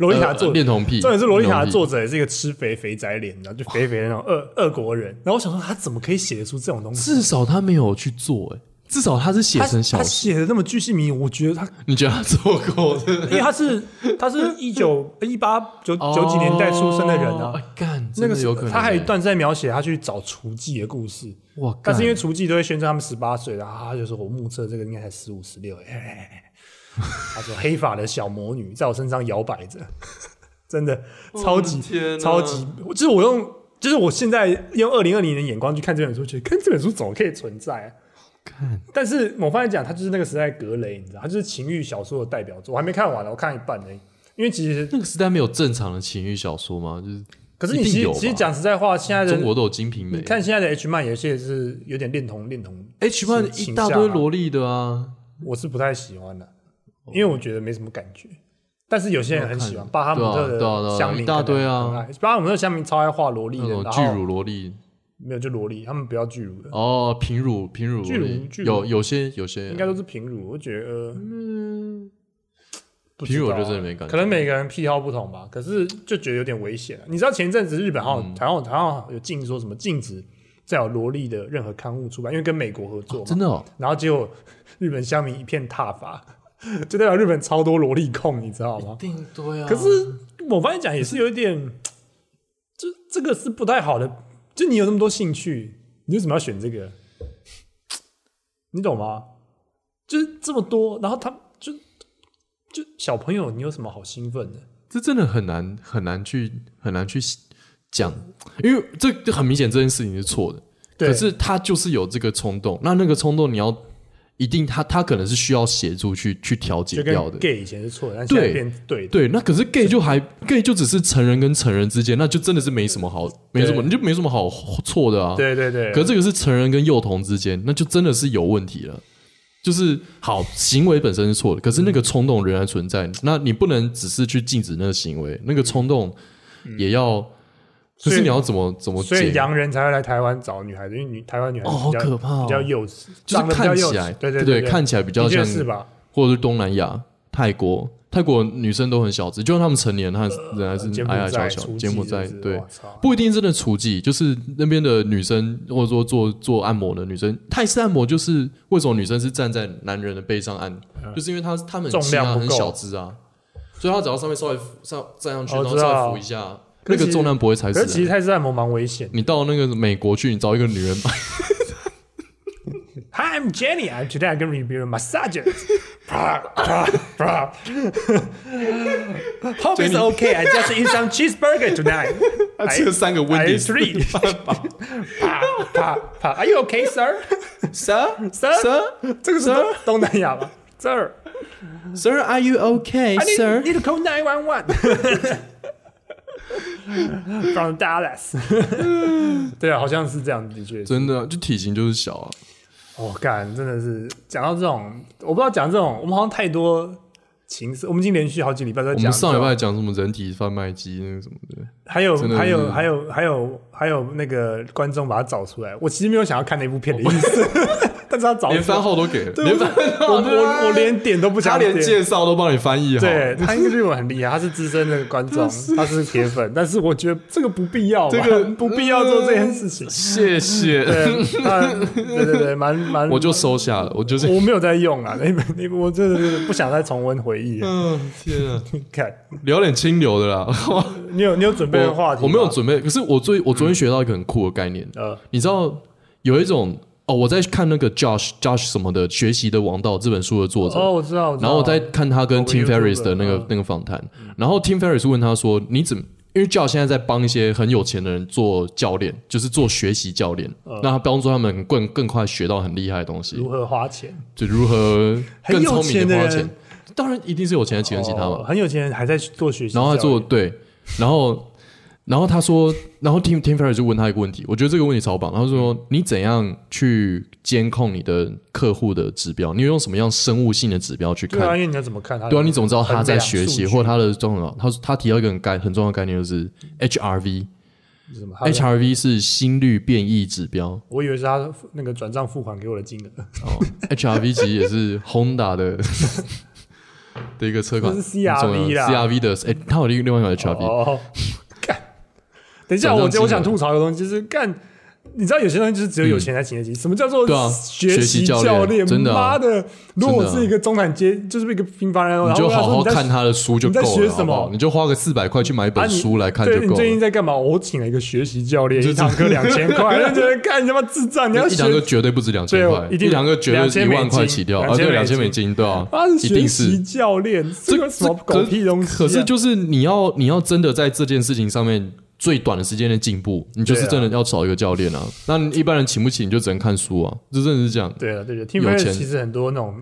B: 洛丽塔
A: 呃
B: 作
A: 恋童癖，
B: 重点是《洛丽塔》
A: 恋
B: 的
A: 童癖
B: 作者也是一个吃肥肥宅脸，然后就肥肥的那种俄俄国人。然后我想说，他怎么可以写得出这种东西？
A: 至少他没有去做、欸，至少他是写
B: 他
A: 成小
B: 他
A: 说。
B: 写的那么巨细迷，我觉得他，
A: 你觉得他做过？
B: 因为他是他是一九呃一八九九几年代出生的人
A: 哦
B: 啊，，
A: 干、
B: 那
A: 哦真
B: 个
A: 的
B: 时
A: 有
B: 候
A: 可能、欸。啊
B: 他还有一段在描写他去找厨妓的故事，
A: 哇，
B: 但是因为
A: 干
B: 厨妓都会宣称他们十八岁，然后他就说我目测这个应该才十五十六。哎哎哎哎他说黑发的小魔女在我身上摇摆着， 真的超级、
A: 我的天哪
B: 超级，就是我用就是我现在用二零二零的眼光去看这本书，觉得看这本书怎么可以存在、啊？
A: 看
B: 但是某方面讲，它就是那个时代格雷，你知道，它就是情欲小说的代表作。我还没看完呢，我看一半呢。因为其实，
A: 那个时代没有正常的情欲小说吗？就是
B: 可是你
A: 一定
B: 其
A: 有
B: 实
A: 吧
B: 其实讲实在话，现在
A: 中
B: 的
A: 国都有《金瓶梅
B: 你》看现在的 H 漫，有些是有点恋童恋童
A: ，H 漫一
B: 形
A: 大
B: 象
A: 堆
B: 啊
A: 萝莉的啊，
B: 我是不太喜欢的，
A: 哦
B: 因为我觉得没什么感觉。但是有些人很喜欢，巴哈姆特
A: 对啊对啊对
B: 的
A: 啊
B: 乡民
A: 一大堆啊
B: 可能很爱，巴哈姆特乡民超爱画萝莉
A: 那
B: 的，
A: 种嗯
B: 然
A: 巨
B: 后
A: 乳萝莉
B: 没有就萝莉，他们不要巨乳的，
A: 哦，啊平乳平乳萝莉
B: 巨乳巨乳
A: 有有些有些
B: 应该都是平乳。我觉得，嗯，不知
A: 平乳我
B: 道啊
A: 就真的没感觉，
B: 可能每个人癖好不同吧，可是就觉得有点危险啊。你知道前一阵子日本好像、好像好像有禁说什么禁止再有萝莉的任何刊物出版，因为跟美国合作嘛。
A: 真的、哦，
B: 然后结果日本乡民一片挞伐， 就代表日本超多萝莉控，你知道吗？
A: 定对啊
B: 可是我发现讲也是有一点，这这个是不太好的。就你有那么多兴趣，你为什么要选这个？你懂吗？就是这么多，然后他就就小朋友，你有什么好兴奋的？
A: 这真的很难很难去很难去讲，因为这这很明显这件事情是错的，
B: 对
A: 可是他就是有这个冲动，那那个冲动你要一定他他可能是需要协助去去调节
B: 就
A: 掉
B: 跟
A: 的。
B: gay 以前是错的，但现在
A: 对
B: 变对的。
A: 对，那可是 gay 就还 gay 就只是成人跟成人之间，那就真的是没什么好，没什么，
B: 对
A: 你就没什么好错的啊。
B: 对对对，
A: 可是这个是成人跟幼童之间，那就真的是有问题了。就是好行为本身是错的，可是那个冲动仍然存在，那你不能只是去禁止那个行为，那个冲动也要。可
B: 嗯所以
A: 是你要怎么怎么
B: 所
A: 解
B: 以？洋人才会来台湾找女孩子，因为女台湾女
A: 哦，
B: 孩子
A: 好
B: 比较、
A: 可怕哦！
B: 比较幼稚，
A: 就是
B: 长得比较
A: 看
B: 幼
A: 起
B: 稚
A: 来，
B: 对
A: 对
B: 对，
A: 看起来比较
B: 的确
A: 像，
B: 是吧？
A: 或者是东南亚、泰国，泰国女生都很小只，就算她们成年，她
B: 呃
A: 仍然是
B: 柬
A: 矮
B: 埔
A: 矮小嗯
B: 寨、
A: 哎小
B: 雏。
A: 柬埔
B: 妓
A: 寨
B: 是不是
A: 对
B: 哇，操
A: 不一定真的厨妓，就是那边的女生，或者说做做按摩的女生，泰式按摩就是为什么女生是站在男人的背上按，就是因为她她们很
B: 嗯重
A: 轻啊，
B: 量不
A: 很
B: 够
A: 小只啊，所以她只要上面稍微扶上站上去，
B: 哦
A: 然后
B: 知道
A: 稍微扶一下，那
B: 可是
A: 个
B: 其实
A: 重量不会踩
B: 可是其
A: 死
B: 实
A: 人。
B: 泰式按摩蛮危险的。
A: 你到那个美国去，你找一个女人，
B: Hi, I'm Jenny. I'm today I'm going to be a massager. Brah, brah, brah. Hope it's okay. I just eat some cheeseburger tonight.
A: 她 吃了三个
B: I
A: 温迪
B: eat three. Pa, pa, pa. Are you okay, sir?
A: Sir
B: Sir?
A: Sir
B: 这个是东东南亚吧？Sir,
A: Sir Are you okay
B: I need,
A: Sir？
B: need to call 911. From Dallas. 对啊，好像是这样，的确是。
A: 真的就体型就是小啊，
B: 哦，干，真的是讲到这种，我不知道讲这种，我们好像太多情色，我们已经连续好几礼拜都在
A: 我
B: 讲
A: 们
B: 这种。
A: 上礼拜讲什么人体贩卖机那个什么的，
B: 还有
A: 真的
B: 还
A: 是
B: 有还有还有还有那个观众把它找出来，我其实没有想要看那部片的意思， 但是他找出
A: 哦
B: 来
A: 连番号都给了，
B: 对我
A: 连番号
B: 我我我连点都不
A: 他
B: 想
A: 连
B: 点。
A: 介绍都帮你翻译好，
B: 对他应该日文很厉害，他是资深的观众，他是铁粉，但是我觉得这个不必要吧，
A: 这个
B: 不必要做这件事情。
A: 谢谢，
B: 对，他对对对，蛮蛮，
A: 我就收下了，我就是，
B: 我没有在用啊，那本那本我真的是不想再重温回忆了。
A: 嗯，天啊，
B: 看，
A: 聊点清流的啦，
B: 你有你有准备的话题
A: 我没有
B: 吗
A: 准备，可是我最我昨天学到一个很酷的概念，
B: 呃，
A: 你知道有一种哦，我在看那个 Josh Josh 什么的《学习的王道》这本书的作者，
B: 哦，我知道，知道
A: 然后我在看他跟
B: 某个
A: Tim
B: YouTuber，
A: Ferriss 的那个
B: 嗯
A: 那个访谈，然后 Tim Ferriss 问他说：“你怎么？”因为 Josh 现在在帮一些很有钱的人做教练，就是做学习教练，那他帮助他们更更快学到很厉害的东西
B: 嗯如，何花钱，
A: 就如何
B: 很
A: 更
B: 有
A: 聪明
B: 钱的
A: 的花
B: 人哦
A: 钱。当然，一定是有钱的请人请他嘛
B: 哦。很有钱人还在做学习教育，
A: 然后他做对，然后然后他说，然后 Tim Tim Ferriss 就问他一个问题，我觉得这个问题超棒。他说：“你怎样去监控你的客户的指标？你用什么样生物性的指标去
B: 对啊，
A: 看？
B: 因为你要怎么看他？
A: 对啊，你怎么知道他在学习或
B: 他
A: 他的重要？他说他提到一个很概很重要的概念就是 HRV，HRV
B: 是什么
A: 哎
B: 他的
A: 是心率变异指标
B: 我以为是他那个转账付款给我的金额，
A: 哦，HRV 其实也是 Honda 的的一个车款，
B: 这是 CRV
A: 很重要
B: 啦
A: CRV 的，哎，它有另另外一款 HRV，
B: 哦，干！等一下，我
A: 转账金额
B: 我想吐槽的东西就是干，你知道有些东西就是只有有钱人才请得起，什么叫
A: 嗯
B: 做
A: 对啊
B: 学
A: 学习
B: 习
A: 教
B: 教
A: 练真的啊
B: 妈的，如果我
A: 真的啊
B: 是一个中产阶，就是一个平凡人，然
A: 你
B: 后
A: 就
B: 我跟他
A: 好
B: 说
A: 好
B: 你在
A: 看他的书就够了，
B: 你在学什么
A: 好不好你就花个四百块去买一本
B: 啊你
A: 书来看就
B: 对你
A: 够
B: 最近
A: 了。
B: 在干嘛？我请了一个学习教练，
A: 就
B: 一堂课两千块， 就觉得干你他妈智障！你要
A: 一堂
B: 学
A: 课绝对不止两千块，
B: 对一
A: 一
B: 定
A: 堂课绝对是一
B: 2000
A: 万块
B: 美金
A: 起跳啊！
B: 2000
A: 对，两
B: 美金
A: 千美金，对啊
B: 他，
A: 一
B: 学
A: 定
B: 习
A: 是。
B: 教练，这个什么狗
A: 可
B: 屁东西啊？
A: 可是就是你要你要真的在这件事情上面最短的时间内进步，你就是
B: 对啊
A: 真的要找一个教练啊。那你一般人请不起，你就只能看书啊，这真的是这样。
B: 对了，对了，Tim
A: 有
B: Ferriss
A: 钱
B: 其实很多那种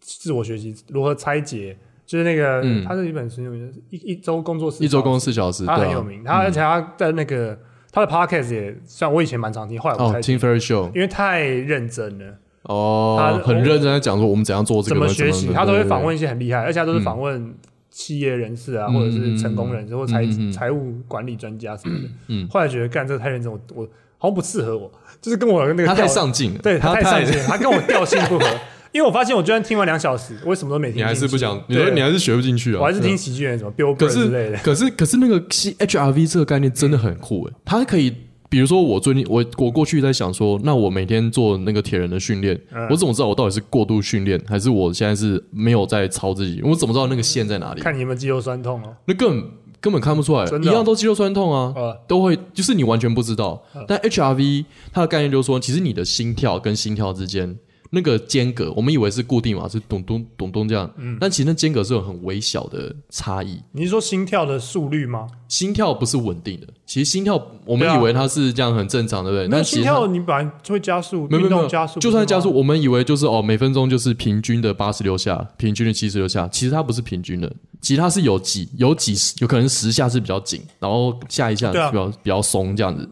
B: 自我学习如何拆解，就是那个、
A: 嗯
B: 他是一本书，一一周工作室，
A: 一周工作四小时，对
B: 他很
A: 啊
B: 有。名，他而且他在那个、他的 podcast 也，像我以前蛮常听，后来我
A: 哦
B: 才、
A: ，Tim Ferriss Show，
B: 因为太认真了，
A: 哦，
B: 他
A: 很认真在讲说我们怎样做这
B: 怎
A: 个，
B: 么学习，
A: 怎么
B: 他都会
A: 对对对
B: 访问一些很厉害，而且他都是访问企业人士啊，
A: 嗯
B: 或者是成功人士，或财、
A: 嗯嗯
B: 财务管理专家什么的。
A: 嗯
B: 后来觉得干这个太认真，我我好像不适合我，就是跟我那个
A: 他太
B: 调
A: 上进了，
B: 对他
A: 他
B: 太上进，他跟我调性不合。因为我发现我居然听完两小时，我什么都没听 进
A: 你
B: 去。
A: 还是不想，你
B: 对
A: 你还是学不进去啊。
B: 我还是
A: 对
B: 听喜剧人什么 Bill
A: 可
B: Burr 之类
A: 是
B: 的。嗯
A: 可是可是那个 C HRV 这个概念真的很酷诶、它可以。比如说，我最近我我过去在想说，那我每天做那个铁人的训练，
B: 嗯
A: 我怎么知道我到底是过度训练，还是我现在是没有在操自己？我怎么知道那个线在哪里？
B: 看你有没有肌肉酸痛哦。
A: 那根本根本看不出来，
B: 真
A: 一
B: 的哦
A: 样都肌肉酸痛啊，
B: 呃，
A: 都会就是你完全不知道
B: 嗯。
A: 但 HRV 它的概念就是说，其实你的心跳跟心跳之间那个间隔，我们以为是固定嘛，是咚咚咚咚这样，
B: 嗯
A: 但其实那间隔是有很微小的差异。
B: 你是说心跳的速率吗？
A: 心跳不是稳定的，其实心跳我们
B: 对啊
A: 以为它是这样很正常，对不对？
B: 没有
A: 但其
B: 心
A: 实它
B: 跳，你本来就会加速，
A: 没有没有
B: 运
A: 没
B: 动
A: 有
B: 加速，
A: 就算加速，
B: 不
A: 我们以为就是哦，每分钟就是平均的八十六下，平均的七十六下，其实它不是平均的，其实它是有几有几十，有可能十下是比较紧，然后下一下比
B: 对啊
A: 较、比较松这样子。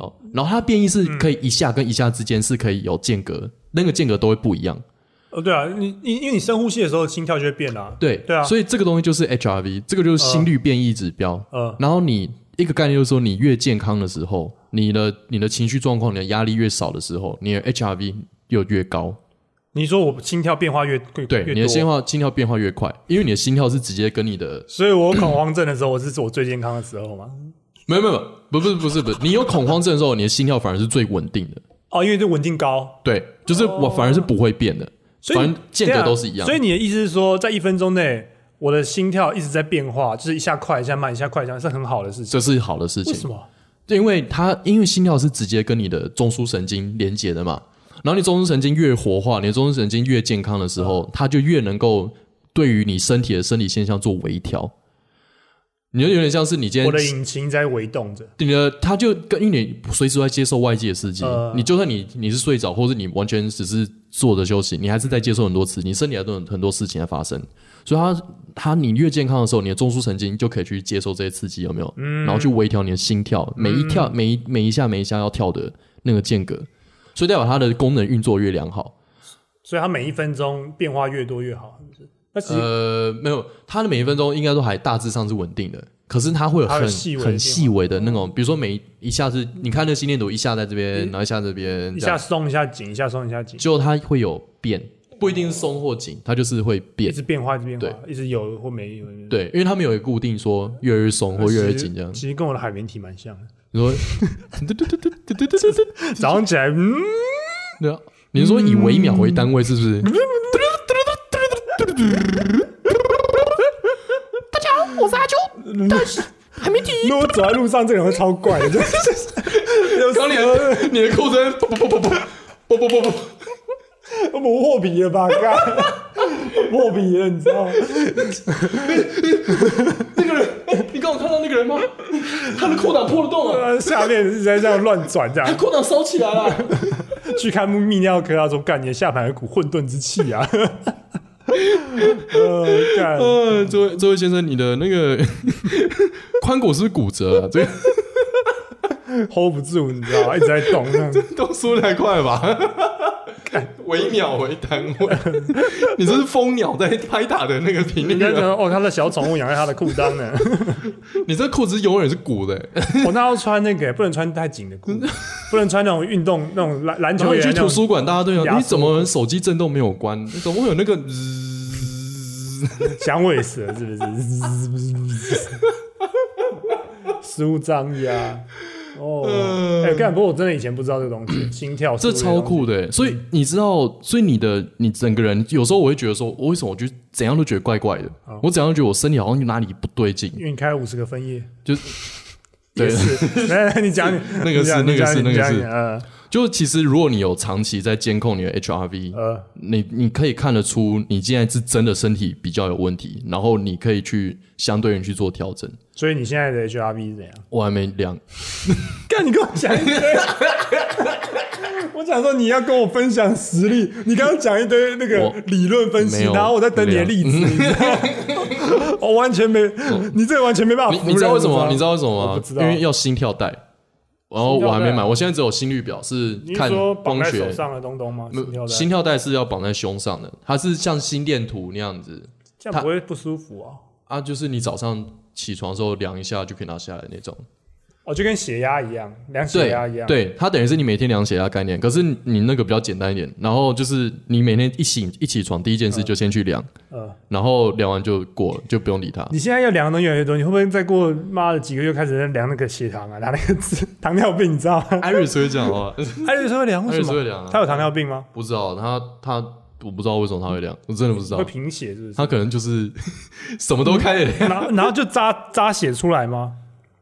A: 哦，然后它变异是可以一下跟一下之间是可以有间隔，那个间隔都会不一样。
B: 是吗呃，对啊，你你因为你深呼吸的时候心跳就会变啦、
A: 对
B: 对啊
A: 所以这个东西就是 HRV，这个就是心率变异指标。
B: 呃，
A: 然后你一个概念就是说，你越健康的时候，你的你的情绪状况、你的压力越少的时候，你的 HRV 又越高。
B: 你说我心跳变化越越
A: 对，
B: 越
A: 你的心
B: 多，
A: 跳心跳变化越快，因为你的心跳是直接跟你的
B: 所以我有恐慌症的时候，我是我最健康的时候嘛。
A: 没有没有没有不是不是不是， 你有恐慌症的时候，你的心跳反而是最稳定的。
B: 哦，因为就稳定高，
A: 对，就是我反而是不会变的，
B: 所以
A: 反正间
B: 对
A: 隔
B: 啊
A: 都是一样。
B: 所以你的意思是说，在一分钟内，我的心跳一直在变化，就是一下快一下慢，一下快一下慢，是很好的事情。
A: 这是好的事
B: 为什
A: 情，
B: 么？
A: 因为它因为心跳是直接跟你的中枢神经连接的嘛。然后你中枢神经越活化，你的中枢神经越健康的时候，
B: 嗯
A: 它就越能够对于你身体的生理现象做微调。你就有点像是你今
B: 我的
A: 天
B: 引擎在微动着。
A: 你的他就跟因为你随时都在接受外界的刺激，
B: 呃
A: 你就算你你是睡着，或者你完全只是坐着休息，你还是在接受很多刺激，你身体还都有很很多事情在发生。所以他他你越健康的时候，你的中枢神经就可以去接受这些刺激，有没有？然后去微调你的心跳，每一跳、每一每一下每一下要跳的那个间隔，所以代表它的功能运作越良好。
B: 所以它每一分钟变化越多越好，是不是？那其实、
A: 呃，没有，它的每一分钟应该都还大致上是稳定的，可是它会有
B: 它有
A: 很
B: 细微的
A: 很
B: 变化嗯
A: 细微的那种，比如说每一下是，你看那心电图一下在这边，然后一下这边，
B: 一
A: 这
B: 下
A: 样，
B: 松一下紧，一下松一下紧，
A: 就它会有变，不一定是松或紧，它就是会
B: 一
A: 变。
B: 直变化，一直变化，一直有或没有。没有，
A: 对，因为它没有一个固定说越来越松或越来越紧这样。
B: 其实跟我的海绵体蛮像的。
A: 你说，对对对对对对对对
B: 早上起来，嗯，
A: 对啊，你是说以微秒为单位是不是？
B: 嗯 如果我走在路上，这个人会超怪的，就是有
A: 刚你的你的裤子不不不不不不不不，
B: 磨破皮了吧？干， 破皮了，你知道吗？
A: 那个人，你刚我看到那个人吗？他的裤裆破了洞了，
B: 下面一直在这样乱转，这 样
A: 裤裆烧起来了。
B: 去看泌尿科，他说干，你的下盘有股混沌之气啊！ 呃，干，
A: 呃，这位这位先生，你的那个快髋骨是不是骨折啊？这 个
B: hold 不住，你知道吗？一直在动，这样子
A: 动速太快了 吧？微秒为单位，你这是蜂鸟在拍打的那个频
B: 人
A: 率
B: 家觉
A: 啊、
B: 得哦，他的小宠物养在他的裤裆呢。
A: 你这裤子永远是鼓的、欸，
B: 我那要穿那个，不能穿太紧的裤子，不能穿那种运动那种篮篮
A: 然
B: 球
A: 后
B: 员
A: 你去
B: 那
A: 图
B: 种。
A: 书馆，大家都想
B: 压缩嗯
A: 你怎么手机震动没有关？你怎么会有那个滋？
B: 响尾蛇是不是？舒张呀，
A: 嗯
B: 哦，哎，干不过我真的以前不知道这个东西，心跳
A: 这超酷
B: 的。
A: 的、欸，所
B: 嗯
A: 以你知道，所以你的你整个人有时候我会觉得说，我为什么我就怎样都觉得怪怪的，
B: 嗯
A: 我怎样都觉得我身体好像哪里不对劲，
B: 因为你开了五十个分页，
A: 就对
B: 也是，来来，你讲你
A: 那个是
B: 你讲
A: 那个是
B: 你
A: 那
B: 讲
A: 个是
B: 你讲你呃
A: 就其实如果你有长期在监控你的 HRV，、
B: 呃，
A: 你你可以看得出你现在是真的身体比较有问题，然后你可以去相对应去做调整。
B: 所以你现在的 HRV 是怎样？
A: 我还没量，
B: 干，你跟我讲一堆。 我想说你要跟我分享实力，你刚刚讲一堆那个
A: 我
B: 理论分析
A: 没，有
B: 然后我在等你的例子，你知 道吗我完全没，你这个完全没办法
A: 你
B: 啊服
A: 你知道
B: 人
A: 为什么吗？你知道为什么
B: 我
A: 吗？
B: 不知道啊
A: 因为要心跳带，然后我还没
B: 心跳带
A: 买，
B: 啊
A: 我现在只有心率表是
B: 你是
A: 看
B: 说绑
A: 光
B: 在手
A: 学。
B: 上的东东吗？心跳带
A: 心跳带是要绑在胸上的，它是像心电图那样子
B: 这样不会不舒服啊？
A: 啊，就是你早上起床的时候量一下就可以拿下来那种。
B: 哦，就跟血压一样，量血
A: 对
B: 压一样。，
A: 对，它等于是你每天量血压概念，可是你你那个比较简单一点。然后就是你每天一醒一起床，第一件
B: 嗯
A: 事就先去量，
B: 呃，
A: 然后量完就过了，就不用理它。
B: 你现在要量的东西越来越多，你会不会再过妈的几个月开始在量那个血糖啊， 拿那个字糖尿病，你知道吗？
A: 艾瑞斯会讲哦，
B: 艾瑞斯会量
A: 艾
B: 为
A: 瑞
B: 什
A: 斯
B: 么？
A: 会量啊，
B: 他有糖尿病吗？
A: 不知道他他我不知道为什么他会量，我真的不知道
B: 会，贫血是不是？
A: 他可能就是 什么都开始量。
B: 然后然后就扎扎血出来吗？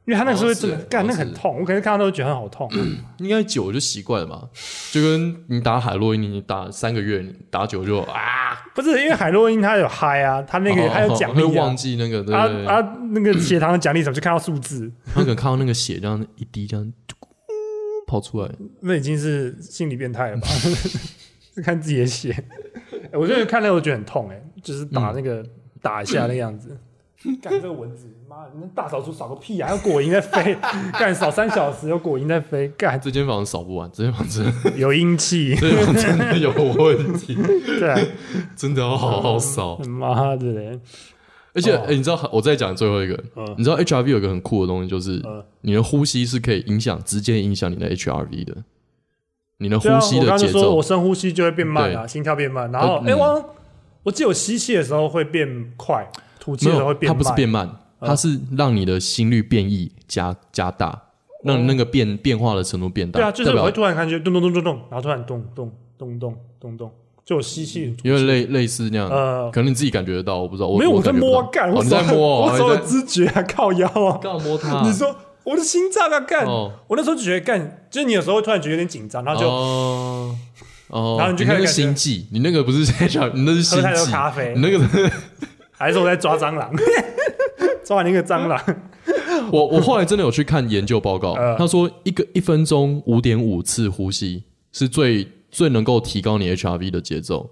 B: 因为他那个时候会真
A: 好
B: 的
A: 哦像是
B: 干，那
A: 好
B: 个
A: 像
B: 很
A: 是
B: 痛，我可能看到都觉得很 好痛。
A: 应该久了就习惯了嘛，就跟你打海洛因，你打三个月，你打久就啊，
B: 不是因为海洛因它有嗨啊，它那个
A: 哦
B: 还有奖励
A: 会
B: 啊
A: 忘，记那个，对
B: 啊
A: 对对
B: 啊那个血糖的奖励什么就看到数字，
A: 他可能看到那个血这样一滴这样嘟跑出来，
B: 那已经是心理变态了吧？ 看自己的血， 哎我就是看那个我觉得很痛哎，就是打那个打一下那个样子。 干这个蚊子，妈的，那大扫除扫个屁啊！还有果蝇在 飞，干扫三小时有果蝇在飞，干
A: 这间房子扫不完，这间房子
B: 有阴气，
A: 这间房子真的有问题，
B: 对啊，
A: 真的要好好扫。
B: 妈的嘞，
A: 而且，
B: 哦
A: 哎，你知道，我再讲最后一个
B: 嗯，
A: 你知道 HRV 有一个很酷的东西，就是
B: 嗯
A: 你的呼吸是可以影响，直接影响你的 HRV 的，你的呼
B: 对啊，
A: 吸
B: 我
A: 的
B: 刚刚
A: 节
B: 就说
A: 奏
B: 我。深呼吸就会变慢啊，心跳变慢，然后
A: 呃
B: 哎、
A: 嗯
B: 诶我我记得我吸气的时候会变快，吐气
A: 没
B: 的时候
A: 有
B: 会，
A: 它
B: 变慢，嗯
A: 不是变慢，它是让你的心率变异加加大，让那个变变化的程度变大。
B: 哦对啊，就
A: 代
B: 是我
A: 表
B: 会突然感觉咚咚咚咚咚，然后突然咚咚咚咚咚咚，就我吸气，
A: 因为类类似那样，
B: 呃，
A: 可能你自己感觉得到，我不知道。我
B: 没有
A: 我
B: 在
A: 感觉不
B: 摸啊
A: 到
B: 干，
A: 哦
B: 我
A: 你
B: 手
A: 在摸哦，
B: 我手有
A: 你在
B: 知觉啊，靠腰啊，
A: 干嘛摸它？
B: 你说我的心脏啊，干，
A: 哦
B: 我那时候就觉得干，就是你有时候会突然觉得有点紧张，然后就
A: 哦哦，
B: 然后你就开
A: 那个
B: 始感觉
A: 心悸，你那个不是 你那是心
B: 喝太多
A: 悸，
B: 咖啡
A: 你，那个
B: 还是我在抓蟑螂， 抓那个 蟑螂，
A: 我我后来真的有去看研究报告
B: 呃，
A: 他说一个一分钟五点五次呼吸是最最能够提高你 HRV 的节奏。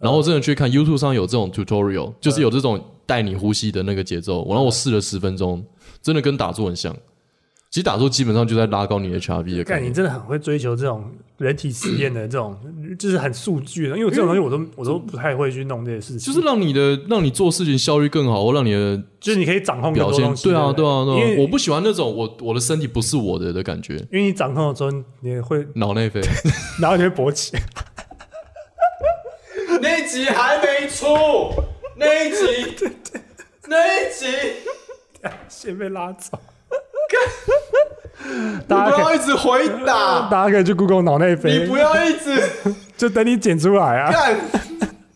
A: 然后我真的去看 YouTube 上有这种 tutorial，就是有这种带你呼吸的那个节奏。然后我试了十分钟，真的跟打坐很像。其实打坐基本上就在拉高你 HRV 的概
B: 干，
A: 念
B: 你。真的很会追求这种人体实验的这种，就是很数据的，因为这种东西我都我都不太会去弄这些事情。
A: 就是让你的让你做事情效率更好，或让你的
B: 就是你可以掌控更
A: 表
B: 多
A: 现
B: 东。西。
A: 对啊，对
B: 不
A: 啊，对
B: 因
A: 啊！
B: 为
A: 我不喜欢那种我我的身体不是我的的感觉，
B: 因为你掌控的时候，你也会，
A: 脑内啡。
B: 然后你会勃起。
A: 那一集还没出，那一集，那一集，
B: 先被拉走。 大家可以
A: 一直回答，
B: 大家可以去 Google 脑内飞，
A: 要一直
B: 就等你剪出来啊！
A: 干。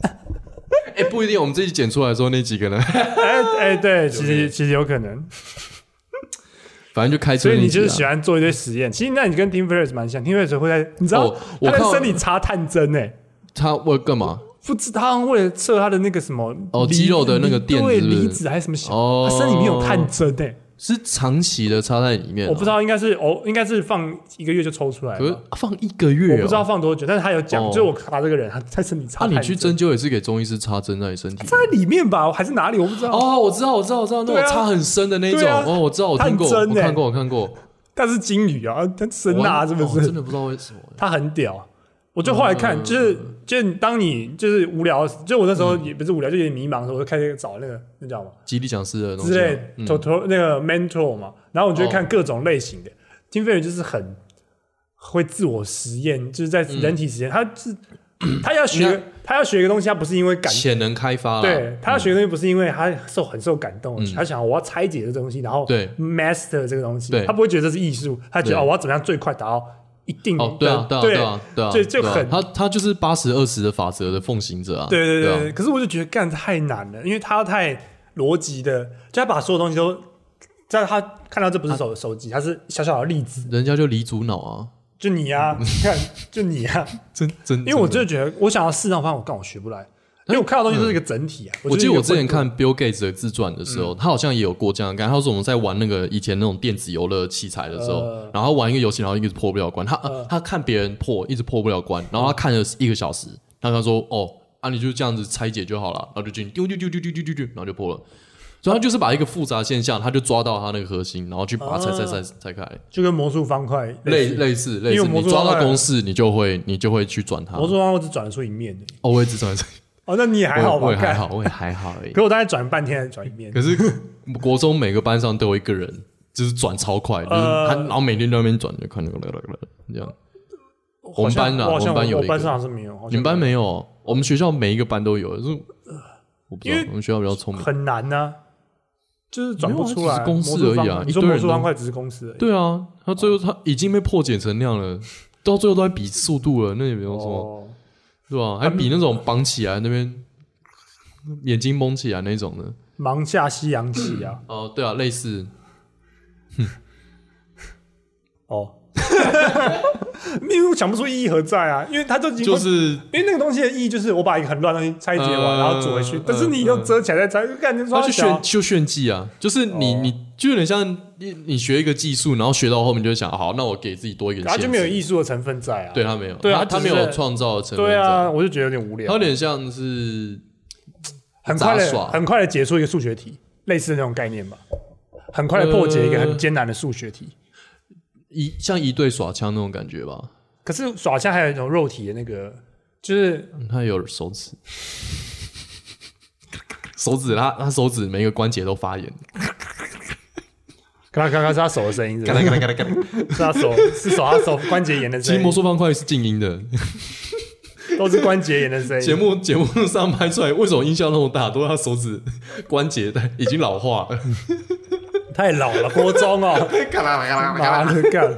A: 哎、不一定，我们这集剪出来的时候，那几个呢？
B: 哎哎，对，其实其实有可能，
A: 反正就开车
B: 所以
A: 那
B: 你
A: 一集啊、
B: 就是喜欢做一堆实验。其实那你跟 Tim Ferriss 蛮像，Tim Ferriss 会在你知道
A: 哦我
B: 他在
A: 看到
B: 身体插探针哎，
A: 他为干嘛？
B: 不知道他好像为了测他的那个什么
A: 哦
B: 离
A: 肌肉的那个电
B: 对
A: 是不是
B: 离子还是什么小，
A: 哦
B: 他身体里面有探针哎，
A: 是长期的插在里面、啊
B: 我不知，道应该是哦，应该是放一个月就抽出来
A: 可是
B: 了。
A: 放一个月、哦，
B: 我不知道放多久，但是他有讲，
A: 哦
B: 就是我查这个人，他在身体插
A: 那、
B: 太久，
A: 你去针灸也是给中医师插针啊在你身体里
B: 插在里面吧，还是哪里？我不知道。
A: 哦，我知道，我知道，我知道，那
B: 对
A: 种
B: 啊
A: 插很深的那种。
B: 对啊
A: 哦，我知道，我听过，
B: 它很
A: 我
B: 针欸
A: 看过，我看过。
B: 但是金鱼啊，他神
A: 我
B: 啊，
A: 完
B: 是不
A: 哦
B: 是
A: 真？的不知道为什么。
B: 他很屌。我就后来看，
A: 嗯
B: 就是就是当你就是无聊，就我那时候也不是无聊，就有点迷茫的时候，我就开始找那个那叫什么
A: 吉利讲师的东
B: 之
A: 西啊、
B: 类
A: 嗯，
B: 头头那个 mentor 嘛，然后我就会看
A: 哦
B: 各种类型的。金飞宇就是很会自我实验，就是在
A: 嗯
B: 人体实验，他是 他要
A: 应
B: 学
A: 该
B: 他要学一个东西，他不是因为感
A: 潜能开发啦。
B: 对他要
A: 嗯
B: 学的东西不是因为他受很受感动，
A: 嗯
B: 他想我要拆解这东西，然后
A: 对
B: master 这个东西
A: 对，
B: 他不会觉得这是艺术，他觉得
A: 对
B: 哦我要怎么样最快达到一定
A: 哦，对啊对
B: 的，
A: 啊，
B: 对
A: 对啊，对啊，
B: 就就
A: 对啊
B: 很
A: 他他就是八十二十的法则的奉行者啊。
B: 对对
A: 对
B: 对
A: 啊
B: 对，可是我就觉得干太难了，因为他太逻辑的，就他把所有东西都，在他看到这
A: 啊
B: 不是手手机，他是小小的例子，
A: 人家就离主脑啊，
B: 就你啊， 看就你 啊，
A: 真真。
B: 因为我
A: 真的
B: 真的觉得我想要试，但我发现我干我学不来，因为我看到的东西都是一个整体啊。
A: 嗯我
B: 就
A: 记
B: 是
A: 得我
B: 一个
A: 之前
B: 混沌
A: 看 Bill Gates 的自传的时
B: 嗯
A: 候，他好像也有过这样的感觉。他说我们在玩那个以前那种电子游乐器材的时候，
B: 呃
A: 然后玩一个游戏，然后一直破不了关。他、
B: 嗯
A: 呃他看别人破，一直破不了关，然后他看了一个小时，然后他说：“哦，啊，你就这样子拆解就好了。”然后就进去丢丢丢丢丢丢丢丢，然后就破了。所以他就是把一个复杂现象，他就抓到他那个核心，然后去把它拆拆拆拆开，
B: 就跟魔术方块
A: 类
B: 似
A: 类似
B: 为
A: 类似，
B: 魔
A: 你
B: 术
A: 抓
B: 方
A: 到
B: 块
A: 公式，你就会你就会去转它。
B: 魔术方块我只转得出一面的，
A: 哦，我也只转，
B: 哦，那你也还好
A: 我
B: 吧？
A: 也还
B: 干，
A: 好，我也还好而已
B: 可。我大概转半天才转一面
A: 可，是国中每个班上都有一个人，就是转超快，就是
B: 呃哦
A: 他，然后每天都在那边转，就看那个那个那个这样。我
B: 好
A: 们
B: 像
A: 班啊
B: 我好像
A: 我们班有
B: 我
A: 一
B: 班
A: 个
B: 上好像是没有，好像
A: 你们班没有？我们学校每一个班都有，就是我不知
B: 因
A: 道
B: 为，
A: 我们学校比较聪明。
B: 很难呢，就是转不
A: 没有啊只
B: 出来
A: 是公式
B: 魔术方
A: 而已啊
B: 你
A: 一堆
B: 说魔
A: 人
B: 术
A: 都
B: 方块只是公式而已。
A: 对啊，他最后
B: 哦
A: 他已经被破解成那样了，到最后都在比速度了，那也没有什么，
B: 哦，
A: 是吧？还比那种绑起来那边眼睛蒙起来那种的。
B: 芒夏西洋棋啊，
A: 哦，对啊，类似
B: 哦， 因为我想不出意义何在啊，因为它都已经
A: 就
B: 会
A: 是
B: 因为那个东西的意义就是我把一个很乱的东西拆解完，
A: 嗯
B: 然后组回去
A: 嗯，
B: 但是你又折起来再拆，就感觉
A: 他
B: 说
A: 就炫就炫技啊，就是你、
B: 哦
A: 你就有点像你你学一个技术，然后学到后面就会想，好，那我给自己多一个限制，
B: 然后就没有艺术的成分在啊。
A: 对他没有，
B: 对啊
A: 他他
B: 只
A: 没
B: 是
A: 有创造的成分
B: 对啊，
A: 在，
B: 我就觉得有点无
A: 他
B: 聊
A: 有，点像是
B: 很快
A: 杂
B: 的
A: 耍
B: 很快的解出一个数学题，类似的那种概念吧，很快的破解一个很
A: 呃
B: 艰难的数学题。
A: 一像一对耍枪那种感觉吧，
B: 可是耍枪还有一种肉体的那个，就是
A: 嗯他有手指， 手指他他手指每一个关节都发 炎，
B: 咔啦咔啦是他手的声音，是不是是他手是手他手关 节炎的
A: 其
B: 声
A: 实魔
B: 音，
A: 术方块是静音的，
B: 都是关节炎的声
A: 节
B: 音。
A: 目节目上拍出来为什么音效那么大，都是他手指关节在已经老化了。
B: 太老了，国中哦，
C: 嘎啦啦嘎啦啦嘎啦
B: 妈的 干！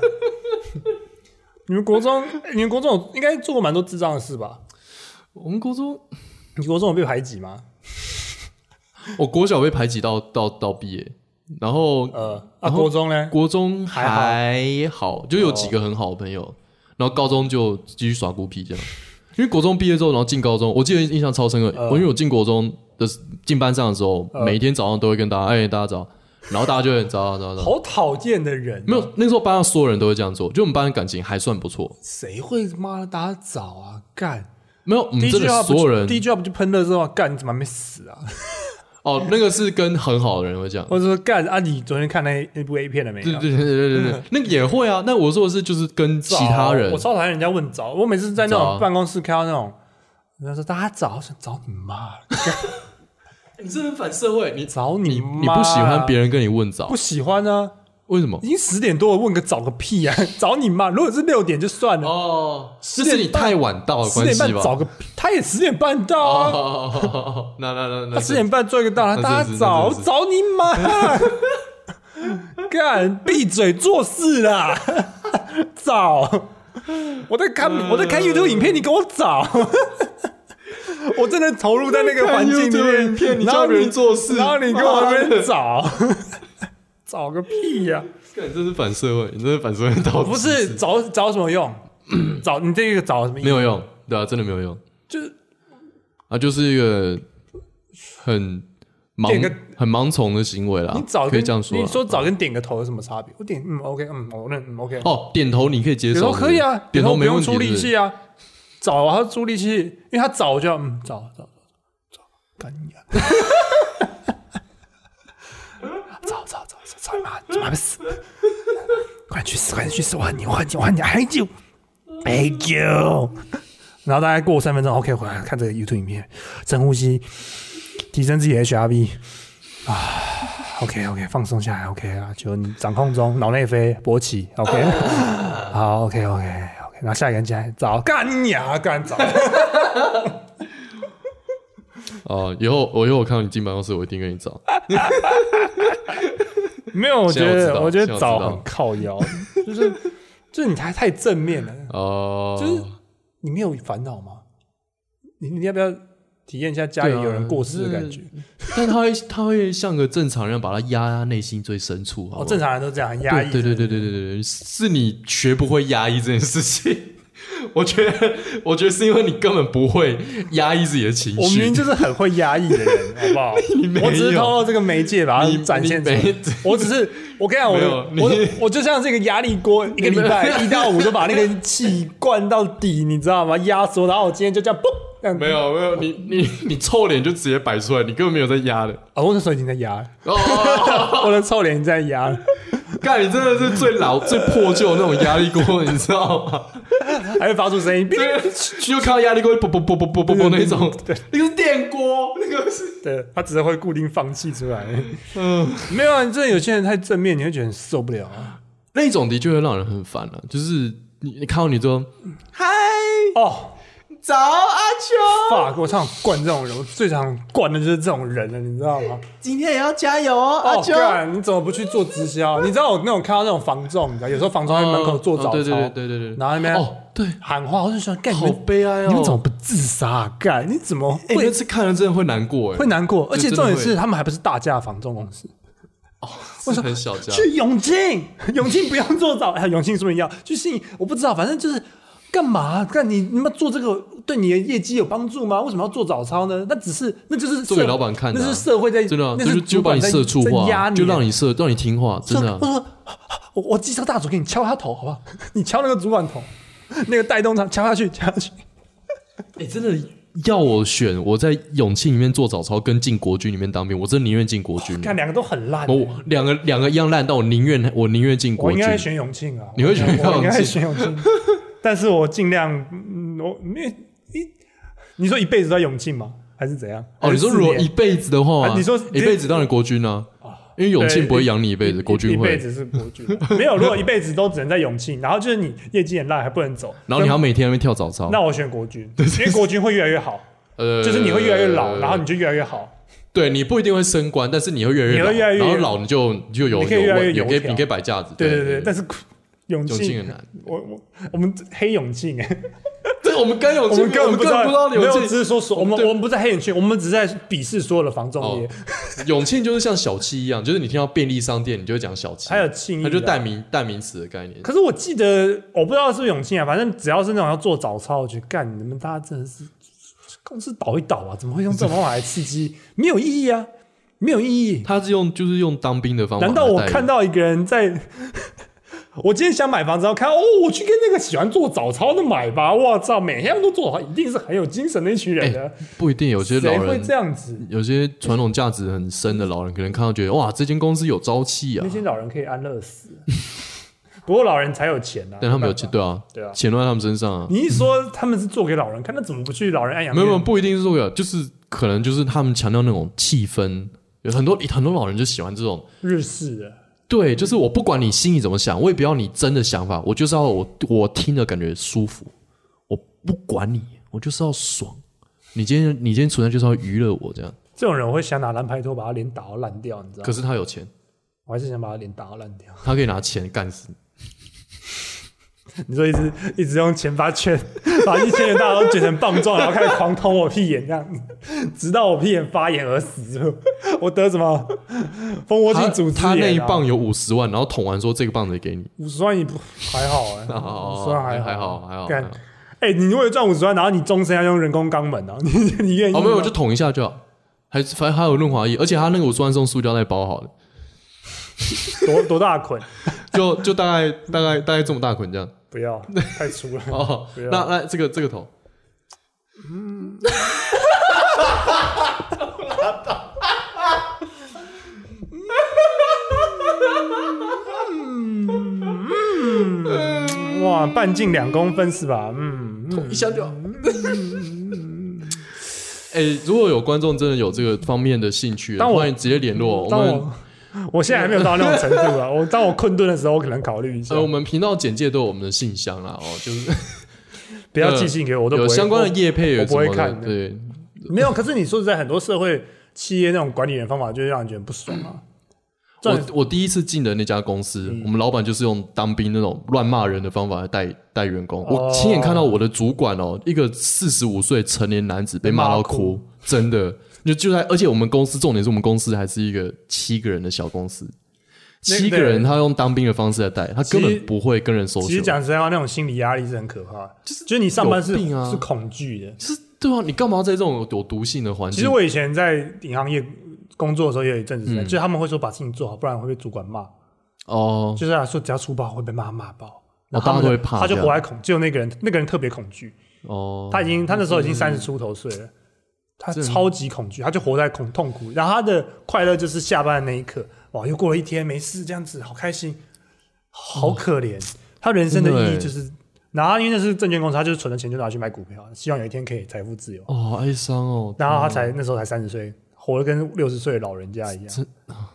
B: 你们国中，你们国中有应该做过蛮多智障的事吧？
A: 我们国中
B: 你国中有被排挤吗？
A: 我国小被排挤到到到毕业，然后、
B: 呃，啊，
A: 然后
B: 国中呢？
A: 国中
B: 还哦
A: 还好，就有几个很好的朋友，然后高中就继续耍孤僻这样。因为国中毕业之后，然后进高中，我记得印象超深刻。
B: 呃
A: 我因为我进国中的进班上的时候，
B: 呃
A: 每天早上都会跟大家哎、大家早，然后大家就很早早早早。
B: 好讨厌的人哦，
A: 没有，那时候班上所有人都会这样做，就我们班的感情还算不错。
B: 谁会妈的打早啊？干！
A: 没有，我们
B: 第一
A: 嗯真
B: 句
A: 的
B: 话不
A: 所有人嗯
B: 第一句话不就喷热之后干？你怎么还没死啊？
A: 哦，那个是跟很好的人会这样。
B: 或者说干啊？你昨天看那那部 A 片了没
A: 对
B: 啊？
A: 对对对对对 对，那个也会啊。那我说的是就是跟其
B: 早
A: 他人
B: 我，超讨厌人家问早。我每次在那
A: 早
B: 种
A: 啊
B: 办公室看到那种，人家说大家早，我想找你妈，哎
A: 你这很反社会，你
B: 找
A: 你
B: 妈
A: 你不喜欢别人跟你问早
B: 不，喜欢啊？
A: 为什么
B: 已？经十点多了，问个早个屁啊！ 找你妈！如果是六点就算了，
A: 哦，这是
B: 10点
A: 你
B: 半
A: 太晚到的
B: 十
A: 关
B: 点半
A: 系吧？
B: 找个屁，他也十点半到啊。
A: 哦，那那那
B: 他
A: 那
B: 十啊点半做一个到，
A: 啊那
B: 他大
A: 真
B: 家
A: 是
B: 早
A: 那真是
B: 找你妈，干闭嘴做事啦，早！我在看
A: 呃
B: 我在看 YouTube 影片，你给我早！我真的投入在那个环境
A: 看
B: 里
A: YouTube
B: 面，
A: 影片你
B: 然后
A: 叫别人做事
B: 然后你给我
A: 妈的
B: 那边找，找个屁呀、
A: 干，这是反社会，你这是反社会到
B: 不是找找什么用？找你这个找什么意义？
A: 没有用，对啊，真的没有用
B: 就是
A: 啊，就是一个很盲
B: 点个
A: 很盲从的行为啦。
B: 你早
A: 可以
B: 跟
A: 这样说啦，啊
B: 你说早跟点个头有什么差别？我点嗯 OK 嗯我那嗯 OK，
A: 哦，点头你可以接
B: 点
A: 受，
B: 头可以啊
A: 是不是，点
B: 点
A: 头
B: 不
A: 没
B: 用
A: 问题
B: 出力
A: 是不是
B: 气啊，早啊，他出力气，因为他早就要嗯早早早早干你啊， 早早早早早妈妈的死，快去死快去死，我恨你我恨你我恨你，I hate you I hate you。然后大概过三分钟，OK 回来看这个 YouTube 影片，深呼吸，提升自己的 HRV 啊，OK OK 放松下来，OK 啊，就你掌控中，脑内飞勃起，OK。好，OK OK OK，然后下一个人进来找干你啊，干找，
A: 哦，以后我以后我看到你进办公室，我一定跟你找。
B: 没有，我觉
A: 现在我知
B: 得
A: 道
B: 我觉
A: 现在
B: 得
A: 我知道
B: 找很靠腰， 就是就是你太太正面了，
A: 哦，
B: 就是你没有烦恼吗？你你要不要体验一下家里
A: 对啊
B: 有人过世的感觉？
A: 但他会他会像个正常人，把他压内心最深处。好
B: 哦，
A: 吗
B: 正常人都这样，很压抑，
A: 啊对对对对对对对，是你学不会压抑这件事情。 我觉得，我觉得是因为你根本不会压抑自己的情绪。
B: 我明明就是很会压抑的 人，好不好？
A: 没有
B: 我只是透过这个媒介把
A: 你
B: 它展现出来
A: 你没。
B: 我只是，我跟你讲，我的
A: 没有
B: 我的
A: 你
B: 我就像这个压力 锅，一个礼拜一到五就把那个气灌到底，你知道吗？压缩，然后我今天就这样嘣，这样
A: 没有没有，你你你臭脸就直接摆出来，你根本没有在压的。
B: 啊！我那时候已经在压了，
A: 哦，
B: 我的臭脸已经在压了，
A: 干，你真的是最老、最破旧的那种压力锅，你知道吗？
B: 还会发出声音，哔
A: 对， 就看到压力锅啵啵啵啵啵啵啵那种， 那个是电锅，那个是
B: 对，他只是会固定放气出来。嗯，没有啊，你真的有些人太正面，你会觉得很受不了啊。
A: 那种的确会让人很烦了、就是你你看到你说嗨
B: 哦，
A: 早阿秋，
B: fuck！我常常惯这种人，我最常惯的就是这种人了，你知道吗？
A: 今天也要加油哦，
B: 哦
A: 阿，秋。
B: 干！你怎么不去做直销？你知道我那种看到那种房仲，你知道有时候房仲在门口做早操，
A: 哦对对对对对对，
B: 然后哎那边
A: 哦对，
B: 喊话，我就想干你
A: 好
B: 们，
A: 悲哀哦，
B: 你们怎么不自杀、啊？干，你怎么
A: 哎那
B: 会、
A: 次看了真的会难过哎，
B: 会难过？而
A: 对
B: 且
A: 真的
B: 重点
A: 会
B: 是，他们还不是大家房仲公司，
A: 是很小家，
B: 哦去永庆， 永庆不用做早， 哎，永庆说你要去信义，我不知道，反正就是。干嘛？干你你们做这个对你的业绩有帮助吗？为什么要做早操呢？那只是那就是
A: 做给
B: 社
A: 老板看的啊
B: 那是社会在
A: 真的啊，
B: 那
A: 就是是就
B: 主
A: 把
B: 管
A: 你
B: 在
A: 社畜
B: 在压
A: 化，
B: 你
A: 就
B: 啊
A: 让你社让你听话，真的啊
B: 我说哦我我记仇大主给你敲他头好不好？ 你敲那个主管头，那个带动他敲下去，敲下去。
A: 哎，真的要我选，我在永庆里面做早操，跟进国军里面当兵，我真的宁愿进国军。
B: 看两个都很烂、
A: 我两个两个一样烂，但我宁愿我宁愿进
B: 我
A: 国
B: 应
A: 军
B: 该。会选永庆啊，
A: 你会选永庆
B: 我应该会选永 庆，但是我尽量，嗯，我因为一你说一辈子都在永庆吗？还是怎样？
A: 哦，你说如果
B: 还是
A: 一
B: 四
A: 辈子的话
B: 啊，你说
A: 一辈子当然国军呢，因为永庆不会养你一辈
B: 年
A: 子，国
B: 一
A: 军
B: 辈
A: 会。
B: 子是国军， 没有，如果一辈子都只能在永庆，然后就是你业绩很烂还不能走，
A: 然后你还要每天在那边跳早操，
B: 那我选国军，因为国军会越来越好，
A: 呃，
B: 就是你会越来越老，然后你就越来越好。
A: 对你不一定会升官，但是你会越来越
B: 你
A: 老，
B: 会越来越
A: 然后老你就你就有
B: 你可以越来越
A: 有
B: 油
A: 你可以
B: 条
A: 你可以摆架子，
B: 对对
A: 对
B: 对，但是永
A: 永
B: 庆
A: 庆很难。
B: 我我我们黑永庆哎，
A: 对，我们跟永
B: 我
A: 庆，
B: 们根本
A: 不
B: 不知道，没有，
A: 永庆，
B: 只是说说我们
A: 对
B: 我们不在黑永庆，我们只是在鄙视所有的房仲业
A: 哦， 永庆就是像小七一样，就是你听到便利商店，你就会讲小七，
B: 还有庆义
A: 它就
B: 啊
A: 代名代名词的概念。
B: 可是我记得，我不知道是不是永庆啊，反正只要是那种要做早操，我觉得干你们大家真的是公司倒一倒啊，怎么会用这种方法来 刺激？没有意义啊，没有意义。
A: 他是用就是用当兵的方法来
B: 难
A: 代
B: 道
A: 言，
B: 我看到一个人在？ 我今天想买房子，然后看哦，我去跟那个喜欢做早操的买吧。我操，每天都做好，一定是很有精神的一群人的。
A: 不一定，有些
B: 谁
A: 老
B: 会
A: 人啊
B: 这样子？
A: 有些传统价值很深的老人，可能看到觉得哇，这间公司有朝气啊
B: 那，些老人可以安乐死， 不过老人才有钱啊。
A: 但他们有
B: 办法
A: 钱，对啊，
B: 对啊
A: 钱都在他们身上啊。
B: 你一说他们是做给老人看，那怎么不去老人安养
A: 没
B: 院？
A: 有没有，不一定是这个，就是可能就是他们强调那种气氛，有很多很多老人就喜欢这种。
B: 日式的，
A: 对，就是我不管你心里怎么想，我也不要你真的想法，我就是要我我听着感觉舒服，我不管你，我就是要爽。你今天你今天存在就是要娱乐我这样，
B: 这种人我会想拿蓝牌头把他脸打到烂掉，你知道
A: 可
B: 吗？
A: 是他有钱，
B: 我还是想把他脸打到烂掉。
A: 他可以拿钱干死你。
B: 你说一直一直用钱把圈，把一千元大家都卷成棒状，然后开始狂捅我屁眼这样 子，直到我屁眼发炎而死。我得什么蜂窝性组织
A: 他他那一
B: 炎啊
A: 棒有五十万，然后捅完说这个棒子给你，
B: 五十万也不还好哎、
A: 哦 哦
B: 五
A: 哦
B: 十万还
A: 还好还好
B: 干
A: 还好
B: 哎、你如果赚五十万，然后你终身要用人工肛门啊，你你愿意吗？
A: 哦哦没有，我就捅一下就好。还还还有润滑液，而且它那个我专是用塑胶袋包好的，
B: 多多大捆？
A: 就就大概大概大概这么大捆这样。
B: 不要，太粗了。
A: 哦，
B: 不要
A: 那那这个这个头，
B: 哇，半径两公分是吧？嗯，嗯
A: 一下就。哎、如果有观众真的有这个方面的兴趣，
B: 当我
A: 欢迎直接联络我
B: 当
A: 们。
B: 我我现在还没有到那种程度 啊。我当我困顿的时候，我可能考虑一下
A: 呃，，我们频道简介都有我们的信箱啦，哦，就是
B: 不要寄信给我，我都不
A: 嗯有
B: 会
A: 相关的业配有
B: 我
A: 什么
B: 我不会
A: 的
B: 看的
A: 对，
B: 我没有。可是你说实在，很多社会企业那种管理人方法，就是让人觉得不爽啊。这
A: 嗯我我第一次进的那家公司，
B: 嗯
A: 我们老板就是用当兵那种乱骂人的方法来带带员工。
B: 哦
A: 我亲眼看到我的主管哦，一个四十五岁成年男子被骂到
B: 被骂
A: 哭，真的就就在，而且我们公司重点是我们公司还是一个七个人的小公司，
B: 那
A: 七个人他用当兵的方式来带，他根
B: 其
A: 本
B: 实
A: 不会跟人 social，
B: 其实讲实在话，那种心理压力是很可怕的，就是你上班是
A: 有病啊
B: 是恐惧的。
A: 就是对啊，你干嘛在这种有毒性的环境？
B: 其实我以前在银行业工作的时候，也有一阵子是这样，
A: 嗯
B: 就是他们会说把事情做好，不然会被主管骂。
A: 哦，
B: 就是他说只要粗暴会被骂骂爆，然后
A: 大家
B: 他们
A: 哦都会怕
B: 他就
A: 这
B: 活
A: 样
B: 在恐，只有那个人，那个人特别恐惧，
A: 哦，
B: 他已经他那时候已经三十出头岁了，他
A: 这
B: 超级恐惧，他就活在恐痛苦，然后他的快乐就是下班的那一刻，哇，又过了一天没事，这样子好开心，好可怜，他人生的
A: 嗯真的
B: 意义
A: 欸
B: 就是。然后因为那是证券公司，他就是存的钱就拿去买股票，希望有一天可以财富自由。
A: 哦，哀伤哦，
B: 然后他才那时候才三十岁，活得跟六十岁的老人家一样，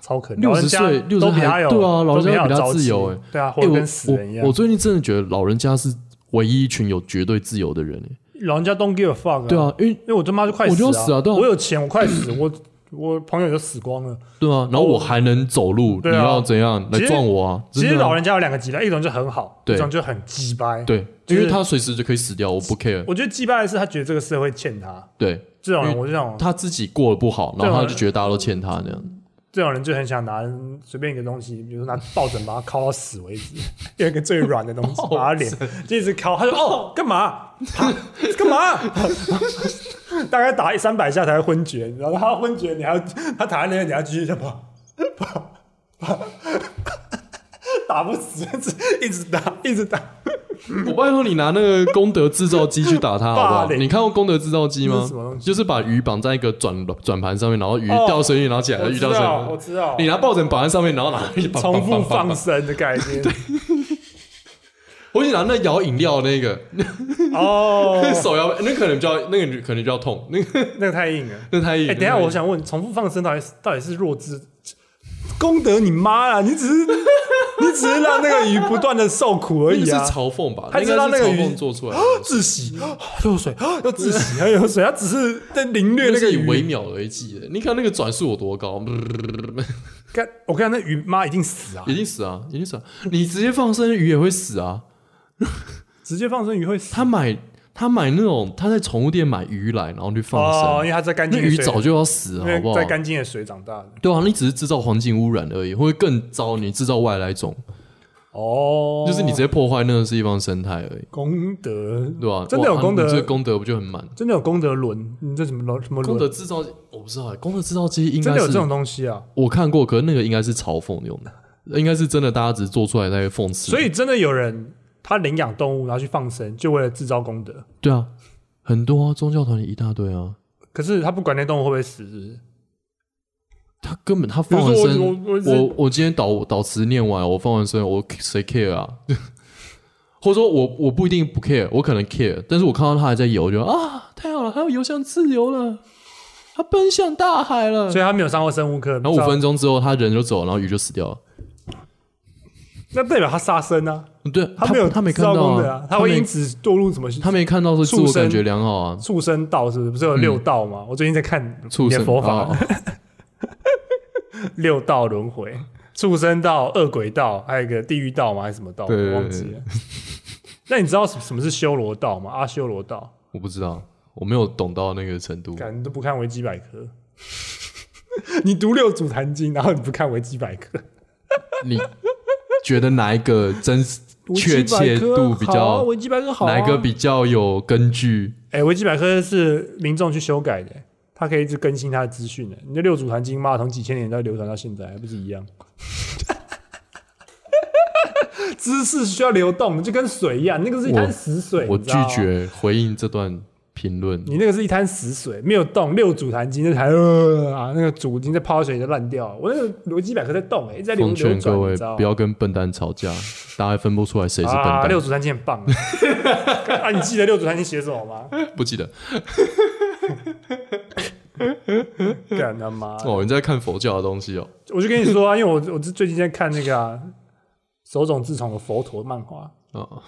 B: 超可怜。
A: 60
B: 老人家
A: 岁60
B: 都比他有
A: 还对啊老人家
B: 都比他
A: 比他
B: 朝气
A: 自由欸
B: 对啊，活
A: 欸
B: 得
A: 我
B: 跟死人一样
A: 我我。最近真的觉得老人家是唯一一群有绝对自由的人、欸。
B: 老人家 don't give a fuck，
A: 对，啊，因为
B: 因为我他妈就快
A: 我
B: 死
A: 就
B: 了，
A: 死啊对啊
B: 我有钱，我 快死，我我朋友就死光了。
A: 对啊，然后我还能走路，
B: 哦对啊
A: 你要怎样来
B: 其实
A: 撞我啊？
B: 其实
A: 真的啊
B: 老人家有两个极端，一种就很好，
A: 对
B: 一种就很鸡掰。，
A: 对，
B: 就
A: 因
B: 是
A: 为他随时就可以死掉，我不 care。
B: 我觉得鸡掰的是他觉得这个社会欠他，
A: 对
B: 这种
A: 因
B: 人
A: 为
B: 我就想，
A: 他自己过得不好，然后他
B: 对啊
A: 就觉得大家都欠他那样。
B: 这种人就很想拿随便一个东西，比如说拿抱枕把它敲到死为止， 用一个最软的东西把他脸就一直敲，他就哦干嘛？啪 干嘛？ 大概打一三百下才会昏厥，然后他昏厥，你还要他躺在那边，你还要继续再跑跑跑， 打不死，一直打一直打，
A: 我拜托你拿那个功德制造机去打他好不
B: 霸
A: 好？
B: 凌
A: 你看过功德制造机
B: 那
A: 吗
B: 是什么东？西
A: 就是把鱼绑在一个转转盘上面，然后鱼
B: 哦
A: 掉水里，然后起来
B: 我
A: 鱼
B: 知
A: 掉
B: 道我
A: 水。
B: 知道
A: 你，拿抱枕绑在上面，然后拿一绑
B: 重复
A: 绑绑绑
B: 放
A: 绑
B: 生的概念，
A: 我就拿那摇饮料那个，
B: 哦，
A: 手摇那可能比较那个可能比较痛， 那个
B: 那个太硬了。
A: 那太硬。
B: 哎、等一下，
A: 那太硬
B: 我想问，重复放生到底是到底是弱智？功德你妈啦！ 你只是你只是让那个鱼不断的受苦而
A: 那
B: 已
A: 个
B: 啊
A: 是！嘲讽吧？
B: 他
A: 应
B: 知道
A: 该是嘲
B: 那个啊鱼
A: 讽做出来的，
B: 窒息， 又有水，又窒 息，哎又有水，他只是在凌虐那个
A: 是以微
B: 鱼。
A: 秒而记的。你看那个转速有多高，
B: 看，我看那鱼妈一定死啊！
A: 一定死啊，一定死啊！你直接放生鱼也会死啊！
B: 直接放生鱼会死。
A: 他买他买那种他在宠物店买鱼来，然后去放
B: 哦，
A: 生，
B: 因为它在干
A: 那
B: 净的
A: 鱼
B: 水，
A: 早就要死了，好
B: 因
A: 不
B: 为
A: 好
B: 在？干净的水长大的。
A: 对啊，你只是制造环境污染而已，会更糟。你制造外来种，
B: 哦，
A: 就是你直接破坏那个地方生态而已，
B: 功德，
A: 对吧？
B: 真的有
A: 哇啊
B: 功德
A: 你这个功德不就很满？
B: 真的有功德轮，你这什么轮什么
A: 功德
B: 轮？
A: 制造机我不知道欸，功德制造机应
B: 真
A: 该
B: 的有这
A: 是
B: 种东西啊！
A: 我看过，可是那个应该是嘲讽用的，应该是真的，大家只是做出来在讽刺。
B: 所以真的有人他领养动物，然后去放生，就为了制造功德。
A: 对啊，很多啊，宗教团体一大堆啊，
B: 可是他不管那动物会不会死是不是
A: 他根本他放完
B: 比如说
A: 生，
B: 我我我是
A: 我我今天导导词念完，我放完生，我谁 care 啊？ 或者说我我不一定不 care，我可能 care，但是我看到他还在游，我就啊，太好了，他要游向自由了，他奔向大海了。
B: 所以他没有上过生物课。
A: 然后五
B: 不知道
A: 分，钟之后，他人就走，然后鱼就死掉了。
B: 那代表他杀生啊，
A: 对，他
B: 没有
A: 他没
B: 制
A: 看
B: 造
A: 到
B: 功德啊，他会
A: 没
B: 因此堕入什么？
A: 他没看到说自
B: 畜
A: 我
B: 生
A: 感觉良好啊，
B: 畜生道是不是？不是有六道
A: 嗯
B: 吗？我最近在看
A: 畜
B: 你的
A: 生
B: 佛法、
A: 哦
B: 六道轮回，畜生道、恶鬼道，还有一个地狱道吗？还是什么道？
A: 对对对
B: 我忘记了。那你知道什什么是修罗道吗？阿修罗道，
A: 我不知道，我没有懂到那个程度。
B: 感你都不看维基百科， 你读六祖坛经，然后你不看维基百科，
A: 你觉得哪一个真实确切度比
B: 好 啊
A: 较？
B: 维基百科好啊，
A: 哪一个比较有根据？
B: 哎，维基百科是民众去修改的，它可以一直更新它的资讯的。你的六祖坛经嘛，从几千年到流传到现在，还不是一样？ 知识需要流动，就跟水一样，那个是一滩死水。
A: 我
B: 你
A: 拒
B: 知道吗，
A: 绝回应这段评论。
B: 你那个是一滩死水，没有动。六祖坛经那台呃啊，那个祖已经在泡水，已经烂掉了。我那个逻辑百科在动、欸，一直在流
A: 奉
B: 流
A: 劝各
B: 转，
A: 位
B: 你知道吗
A: 不要跟笨蛋吵架，大家分不出来谁是笨
B: 啊，
A: 蛋。
B: 六祖坛经很棒啊！ 啊，你记得六祖坛经写什么吗？
A: 不记得
B: 干他妈的！
A: 哦，你在看佛教的东西哦。
B: 我就跟你说啊，因为我我最近在看那个啊，手冢治虫的佛陀漫画，
A: 哦，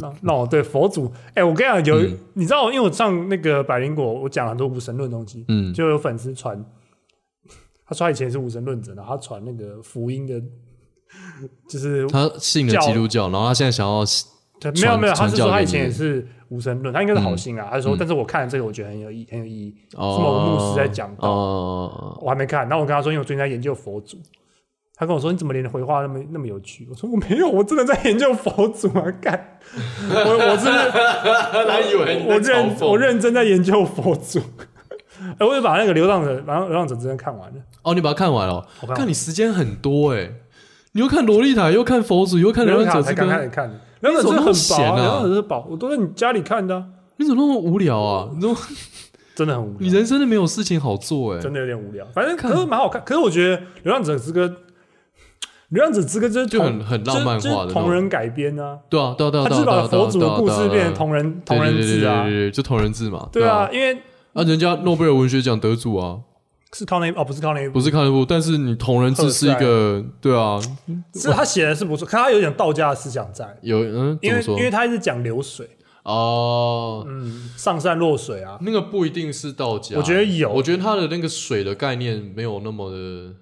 B: 让让我对佛祖，哎、我跟你讲，有、
A: 嗯
B: 你知道，因为我上那个百灵果，我讲了很多无神论的东西，
A: 嗯
B: 就有粉丝传，他说他以前是无神论者，然后他传那个福音的，就是
A: 他信了
B: 教
A: 基督教，然后他现在想要
B: 对没有没有，他
A: 传
B: 是说
A: 教
B: 他
A: 给
B: 以前
A: 你
B: 也是无神论，他应该是好
A: 嗯
B: 心啊，他说，
A: 嗯
B: 但是我看了这个，我觉得很有意很有意义，
A: 哦，
B: 是某个牧师在讲道
A: 哦，
B: 我还没看。然后我跟他说，因为我最近在研究佛祖，他跟我说你怎么连回话那么那么有趣？我说我没有，我真的在研究佛祖啊！干，我我真的
A: 他以为 你在
B: 我
A: 嘲
B: 认
A: 讽
B: 我认真在研究佛祖。 哎，我也把那个《流浪者》然后《流浪者之刃》看完了，
A: 哦，你把它看完了
B: 我看，完
A: 看你时间很多哎，你又看《洛丽塔》，又看《佛祖》，又看《
B: 《流
A: 流
B: 浪
A: 浪
B: 者》
A: 者
B: 才
A: 之
B: 刚
A: 歌
B: 开》始，看的，《流浪者之
A: 你怎么那么
B: 刃》很
A: 闲
B: 薄、
A: 啊
B: 流浪者之宝》我都在你家里看的啊、
A: 你怎么那么无聊啊？你怎么
B: 真的很无
A: 你
B: 聊，
A: 人生都没有事情好做哎？
B: 真的有点无聊。反正可是蛮好看，可是我觉得《流浪者之歌》。《流浪者之歌》就是
A: 就
B: 同
A: 很很浪漫
B: 就是
A: 化的那种
B: 同人改编啊，
A: 对啊，对啊，对啊，
B: 他
A: 对啊
B: 就是
A: 对
B: 把
A: 啊，
B: 佛祖的
A: 对啊
B: 故事变
A: 对啊对
B: 成。
A: 啊
B: 同人同
A: 对
B: 人
A: 对对
B: 志啊
A: 对，对对就同人志嘛。
B: 对啊
A: 啊，，
B: 因为
A: 啊，人家诺贝尔文学奖得主啊，
B: 是靠那一哦，不是靠那一部，
A: 不是看了部，但是你同人志是一个，对啊，
B: 是他写的是不错，可他有点道家的思想在，
A: 有嗯，怎
B: 因为
A: 么说
B: 因？为他一直讲流水，
A: 哦，
B: 嗯，上善若水啊，
A: 那个不一定是道家，
B: 我觉得有
A: 我觉得他的那个水的概念没有那么的，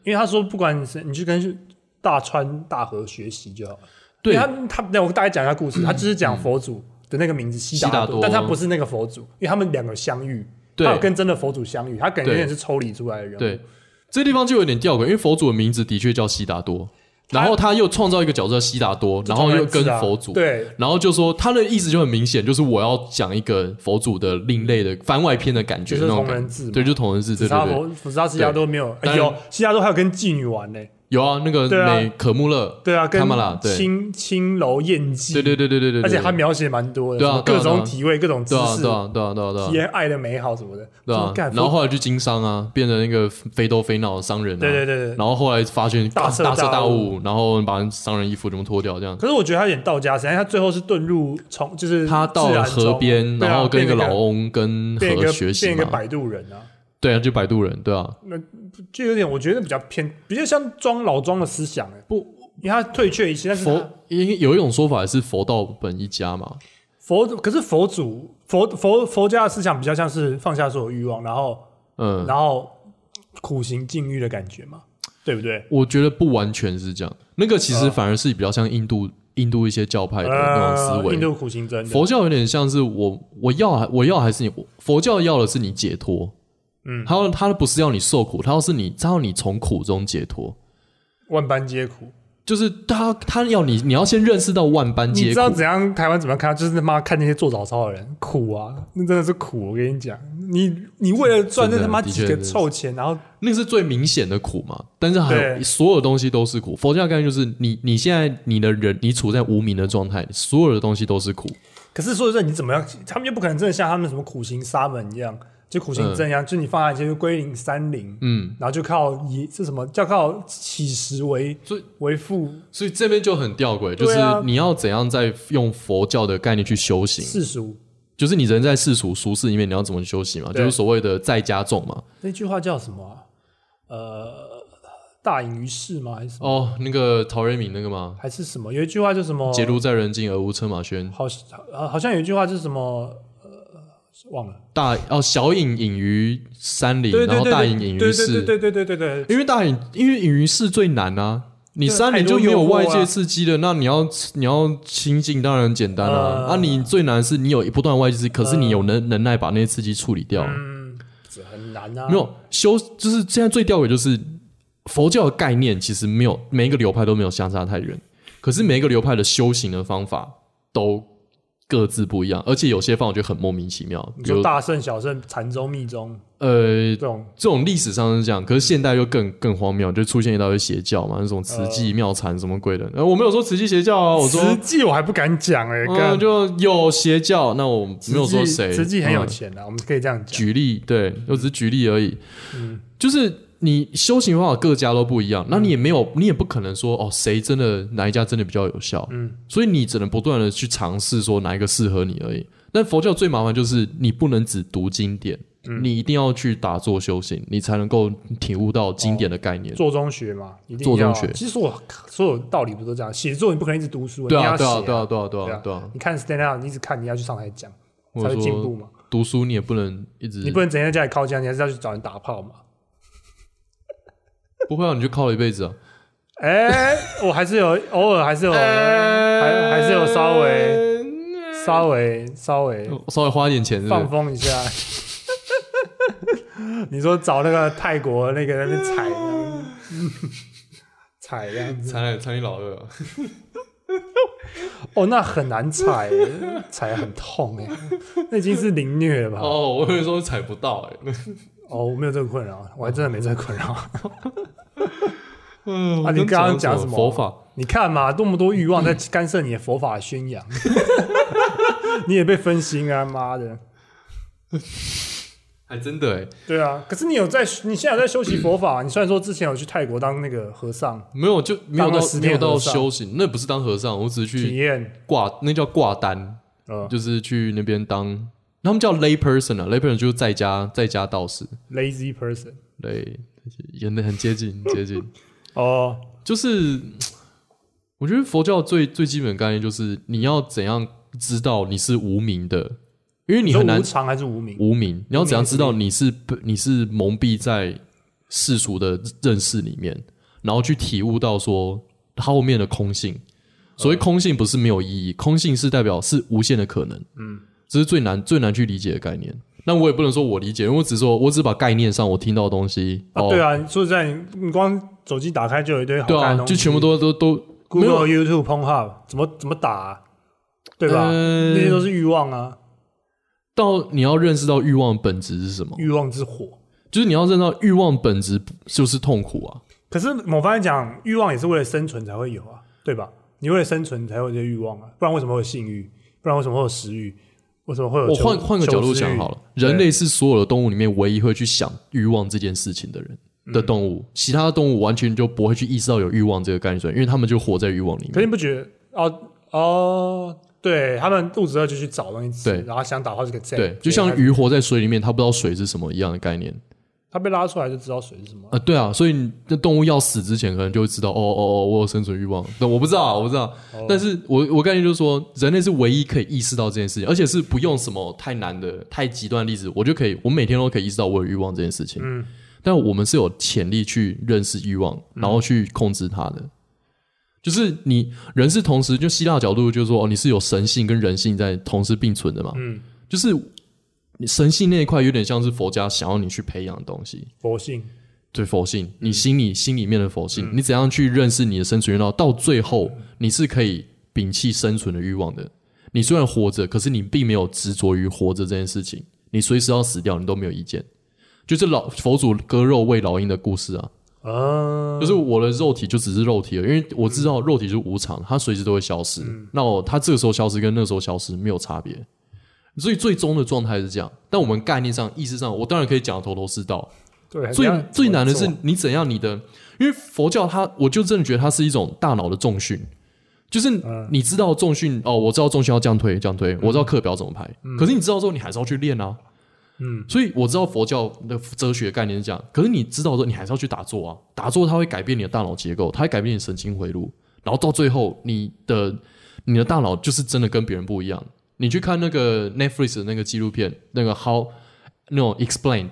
B: 因为他说不管你是你去跟大川大河学习就好了。
A: 对
B: 因为他他，那我大概讲一下故事，他就是讲佛祖的那个名字悉
A: 悉达
B: 达
A: 多
B: 但他不是那个佛祖，因为他们两个相遇，
A: 对
B: 他有跟真的佛祖相遇，他感觉
A: 对
B: 有点是抽离出来的人物，
A: 对，这地方就有点吊诡，因为佛祖的名字的确叫悉达多，然后他又创造一个角色叫悉达多，然后又跟佛祖，
B: 啊对，
A: 然后就说他的意思就很明显，就是我要讲一个佛祖的另类的番外篇的感觉，
B: 就是
A: 那种
B: 同
A: 感
B: 人志嘛
A: 对，就是同人志，
B: 只
A: 对
B: 差
A: 对对，
B: 佛，只差悉达多没有，
A: 当然
B: 哎有悉达多还有跟妓女玩呢、
A: 有啊，那个
B: 对啊
A: 美可穆勒，
B: 对啊，跟
A: 卡玛拉对
B: 青青楼艳妓，
A: 对对对对对对，
B: 而且
A: 对
B: 他描写蛮多的，
A: 对啊
B: 什么
A: 对啊
B: 各种
A: 对啊
B: 体位、各种姿
A: 对啊
B: 势
A: 对，啊对啊对啊对啊
B: 体验爱的美好什么的，
A: 对
B: 说
A: 啊，
B: 干
A: 然后后来去经商啊，变成一个非头非脑的商人、啊。
B: 对对对对。
A: 然后后来发现
B: 大彻
A: 大彻
B: 大
A: 大
B: 悟
A: 悟，然后把商人衣服全部脱掉，这样。
B: 可是我觉得他有点道家神，因为他最后是遁入从，就是
A: 他到了
B: 自然
A: 河
B: 中
A: 边，
B: 对啊
A: 然后跟一个
B: 变
A: 老翁跟
B: 变一个
A: 河学习
B: 变一个
A: 嘛。
B: 摆渡人嗯啊，
A: 对啊，就摆渡人，对啊。
B: 就有点我觉得比较偏，比较像庄老庄的思想哎，
A: 不，
B: 因为他退却一些，但是
A: 佛
B: 他
A: 因为有一种说法是佛道本一家嘛，
B: 佛可是佛祖佛佛佛家的思想比较像是放下所有欲望，然后
A: 嗯，
B: 然后苦行禁欲的感觉嘛，对不对？
A: 我觉得不完全是这样。那个
B: 啊
A: 其实反而是比较像印度印度一些教派的那种思
B: 呃
A: 维
B: 印，度苦行僧的，
A: 佛教有点像是我我要还我要还是你，佛教要的是你解脱，
B: 嗯
A: 他要他不是要你受苦，他要是你他要你从苦中解脱，
B: 万般皆苦。
A: 就是他他要你你要先认识到万般
B: 你
A: 皆苦
B: 知道，怎样台湾怎么样看？就是他妈看那些做早操的人苦啊，那真的是苦。我跟你讲，你你为了赚那
A: 真的
B: 他妈
A: 的
B: 几
A: 确
B: 个
A: 是
B: 臭钱，然后
A: 那是最明显的苦嘛。但是还有
B: 对
A: 所有东西都是苦，佛教概念就是你你现在你的人你处在无名的状态，所有的东西都是苦，
B: 可是说实在，你怎么样？他们又不可能真的像他们什么苦行沙门一样，就苦行僧一样，就你放下一切就归零三零，
A: 嗯，
B: 然后就靠以是什么叫靠乞食为
A: 所以
B: 为父
A: 所以这边就很吊诡，就是
B: 对啊
A: 你要怎样在用佛教的概念去修行，
B: 世俗。
A: 就是你人在世俗俗世里面，你要怎么修行嘛？
B: 对
A: 就是所谓的在家众嘛。
B: 那句话叫什么啊、呃，大隐于市吗？还是什么？
A: 哦，那个陶渊明那个吗？
B: 还是什么？有一句话叫什么？
A: 捷足在人境，而无车马喧。
B: 好像好好像有一句话就是什么呃忘了，
A: 大哦，小隐隐于山林，
B: 对
A: 然
B: 对
A: 后
B: 对
A: 大
B: 对
A: 隐隐于
B: 对对
A: 市。
B: 对对对对对对，
A: 因为大隐，因为隐于市最难啊。你
B: 对
A: 山林
B: 太多
A: 就没
B: 诱
A: 有
B: 惑
A: 外
B: 啊
A: 界刺激的，那你要你要清近当然简单啊。
B: 呃
A: 啊，你最难是你有不断的外界刺激，可是你有能能耐把那些刺激处理掉。
B: 嗯，这很难啊，
A: 没有修，就是现在最吊诡就是佛教的概念，其实没有每一个流派都没有相差太远，可是每一个流派的修行的方法都各自不一样，而且有些方我觉得很莫名其妙，
B: 你
A: 比如
B: 说大圣、小圣、禅宗、密宗
A: 呃
B: 这种，
A: 这种历史上是这样，可是现代又更更荒谬，就出现一大堆邪教嘛，那
B: 呃
A: 种慈济妙禅什么鬼的。呃，我没有说慈济邪教啊，我说
B: 实际我还不敢讲哎，
A: 嗯，
B: 干
A: 就有邪教，那我没有说
B: 慈济
A: 谁，
B: 慈济很有
A: 嗯
B: 钱啊的，我们可以这样嗯讲。
A: 举例，对，我只是举例而已。就是你修行方法各家都不一
B: 嗯
A: 样，那你也没有，你也不可能说哦，谁真的哪一家真的比较有效。
B: 嗯
A: 所以你只能不断的去尝试说哪一个适合你而已。但佛教最麻烦就是你不能只读经典，
B: 嗯
A: 你一定要去打坐修行，你才能够体悟到经典的概念。
B: 做中学嘛，一定
A: 做
B: 要啊
A: 中学
B: 其实所有所有道理不都这样？写作你不可能一直读书，
A: 对
B: 你
A: 啊，
B: 要
A: 对啊，
B: 写
A: 对啊，对啊，对啊，对啊。
B: 你看 stand up，你一直看，你要去上台讲，才
A: 或者
B: 会进步
A: 说
B: 嘛。
A: 读书你也不能一直，
B: 你不能整天在家里靠枪，你还是要去找人打炮嘛。
A: 不会啊，你就靠了一辈子啊。
B: 哎、我还是有偶尔 还是有，
A: 哎
B: 还还是有稍微稍微稍微
A: 稍微花一点钱是不
B: 放
A: 是？
B: 风 一下。你说找那个泰国那个人那 边踩，踩这样子，
A: 才才你老二、啊，
B: 哦，那很难踩，踩很痛哎，那已经是凌虐了吧？
A: 哦，我以为说踩不到哎、
B: 哦，我没有这个困扰，我还真的没这个困扰。
A: 嗯，
B: 啊
A: 我
B: 你刚刚讲
A: 什
B: 什么
A: 佛法？
B: 你看嘛，多么多欲望在干涉你的佛法宣 扬，你也被分心啊！妈的，
A: 还真的哎、
B: 对啊。可是你有在，你现在有在修习 佛法。你虽然说之前有去泰国当那个和尚
A: 没有就没有
B: 当个
A: 到
B: 十
A: 没有
B: 天
A: 到
B: 和尚
A: 修行，那不是当和尚，我只是
B: 体
A: 去
B: 验，
A: 挂，那叫挂单，
B: 呃，
A: 就是去那边当，他们叫 lay person 啊，lay person 就是在家在家道士，
B: lazy person
A: 对，也很接近 接近，
B: 哦，
A: 就是我觉得佛教最最基本的概念就是你要怎样知道你是无名的，因为你
B: 说
A: 很难
B: 无常还是无明？
A: 无名，你要怎样知道你是被你是蒙蔽在世俗的认识里面，然后去体悟到说它后面的空
B: 嗯
A: 性。所谓空性不是没有意义，空性是代表是无限的可能。嗯，这是最难最难去理解的概念。那我也不能说我理解，因为我只说我只把概念上我听到的东西，
B: 啊
A: 哦，
B: 对啊，说实在，你你光手机打开就有一堆好
A: 对
B: 看
A: 啊，
B: 的东西，
A: 就全部都都都没
B: Google、
A: 有
B: YouTube、Pornhub 怎么怎么打啊、对吧？
A: 呃
B: 那些都是欲望啊，
A: 到你要认识到欲望的本质是什么，
B: 欲望之火。
A: 就是你要认识到欲望本质就是痛苦啊。
B: 可是某方面讲，欲望也是为了生存才会有啊，对吧？你为了生存才会有这些欲望啊，不然为什么会有性欲？不然为什么会有食欲？为什么会有
A: 我
B: 求
A: 哦换换个角度想好了，人类是所有的动物里面唯一会去想欲望这件事情的人的动物，其他的动物完全就不会去意识到有欲望这个概念，因为他们就活在欲望里
B: 可是
A: 面。
B: 你不觉得？哦哦，对他们肚子饿就去找东西吃，
A: 对
B: 然后想打炮就给这
A: 对，就像
B: 鱼，
A: 鱼活在水里面，它不知道水是什么一样的概念。
B: 他被拉出来就知道水是什么
A: 啊、。对啊，所以你那动物要死之前，可能就会知道，哦哦哦，我有生存欲望。那我不知道啊，我不知道。
B: 哦
A: 但是我我概念就是说，人类是唯一可以意识到这件事情，而且是不用什么太难的、太极端的例子，我就可以，我每天都可以意识到我有欲望这件事情。
B: 嗯，
A: 但我们是有潜力去认识欲望，然
B: 嗯
A: 后去控制它的。就是你人是同时，就希腊角度就是说，哦，你是有神性跟人性在同时并存的嘛。
B: 嗯，
A: 就是你神性那一块有点像是佛家想要你去培养的东西。
B: 佛性
A: 对佛性，你心里、心里面的佛性，你怎样去认识你的生存欲望？到最后，你是可以摒弃生存的欲望的。你虽然活着，可是你并没有执着于活着这件事情。你随时要死掉，你都没有意见。就是老佛祖割肉喂老鹰的故事啊，
B: 啊，
A: 就是我的肉体就只是肉体了，因为我知道肉体是无常，它随时都会消失。那我它这个时候消失跟那时候消失没有差别，所以最终的状态是这样。但我们概念上、意识上，我当然可以讲得头头是道，
B: 对，
A: 最
B: 人家
A: 最难的是
B: 怎么
A: 你怎样你的，因为佛教它，我就真的觉得它是一种大脑的重训，就是
B: 嗯
A: 你知道重训哦，我知道重训要这样推这样推，我知道课表怎么排，可是你知道之后你还是要去练啊，
B: 嗯，
A: 所以我知道佛教的哲学概念是这样，可是你知道之后你还是要去打坐啊，打坐它会改变你的大脑结构，它会改变你的神经回路，然后到最后你的你的大脑就是真的跟别人不一样。你去看那个 Netflix 的那个纪录片，那个 How 那种 Explained，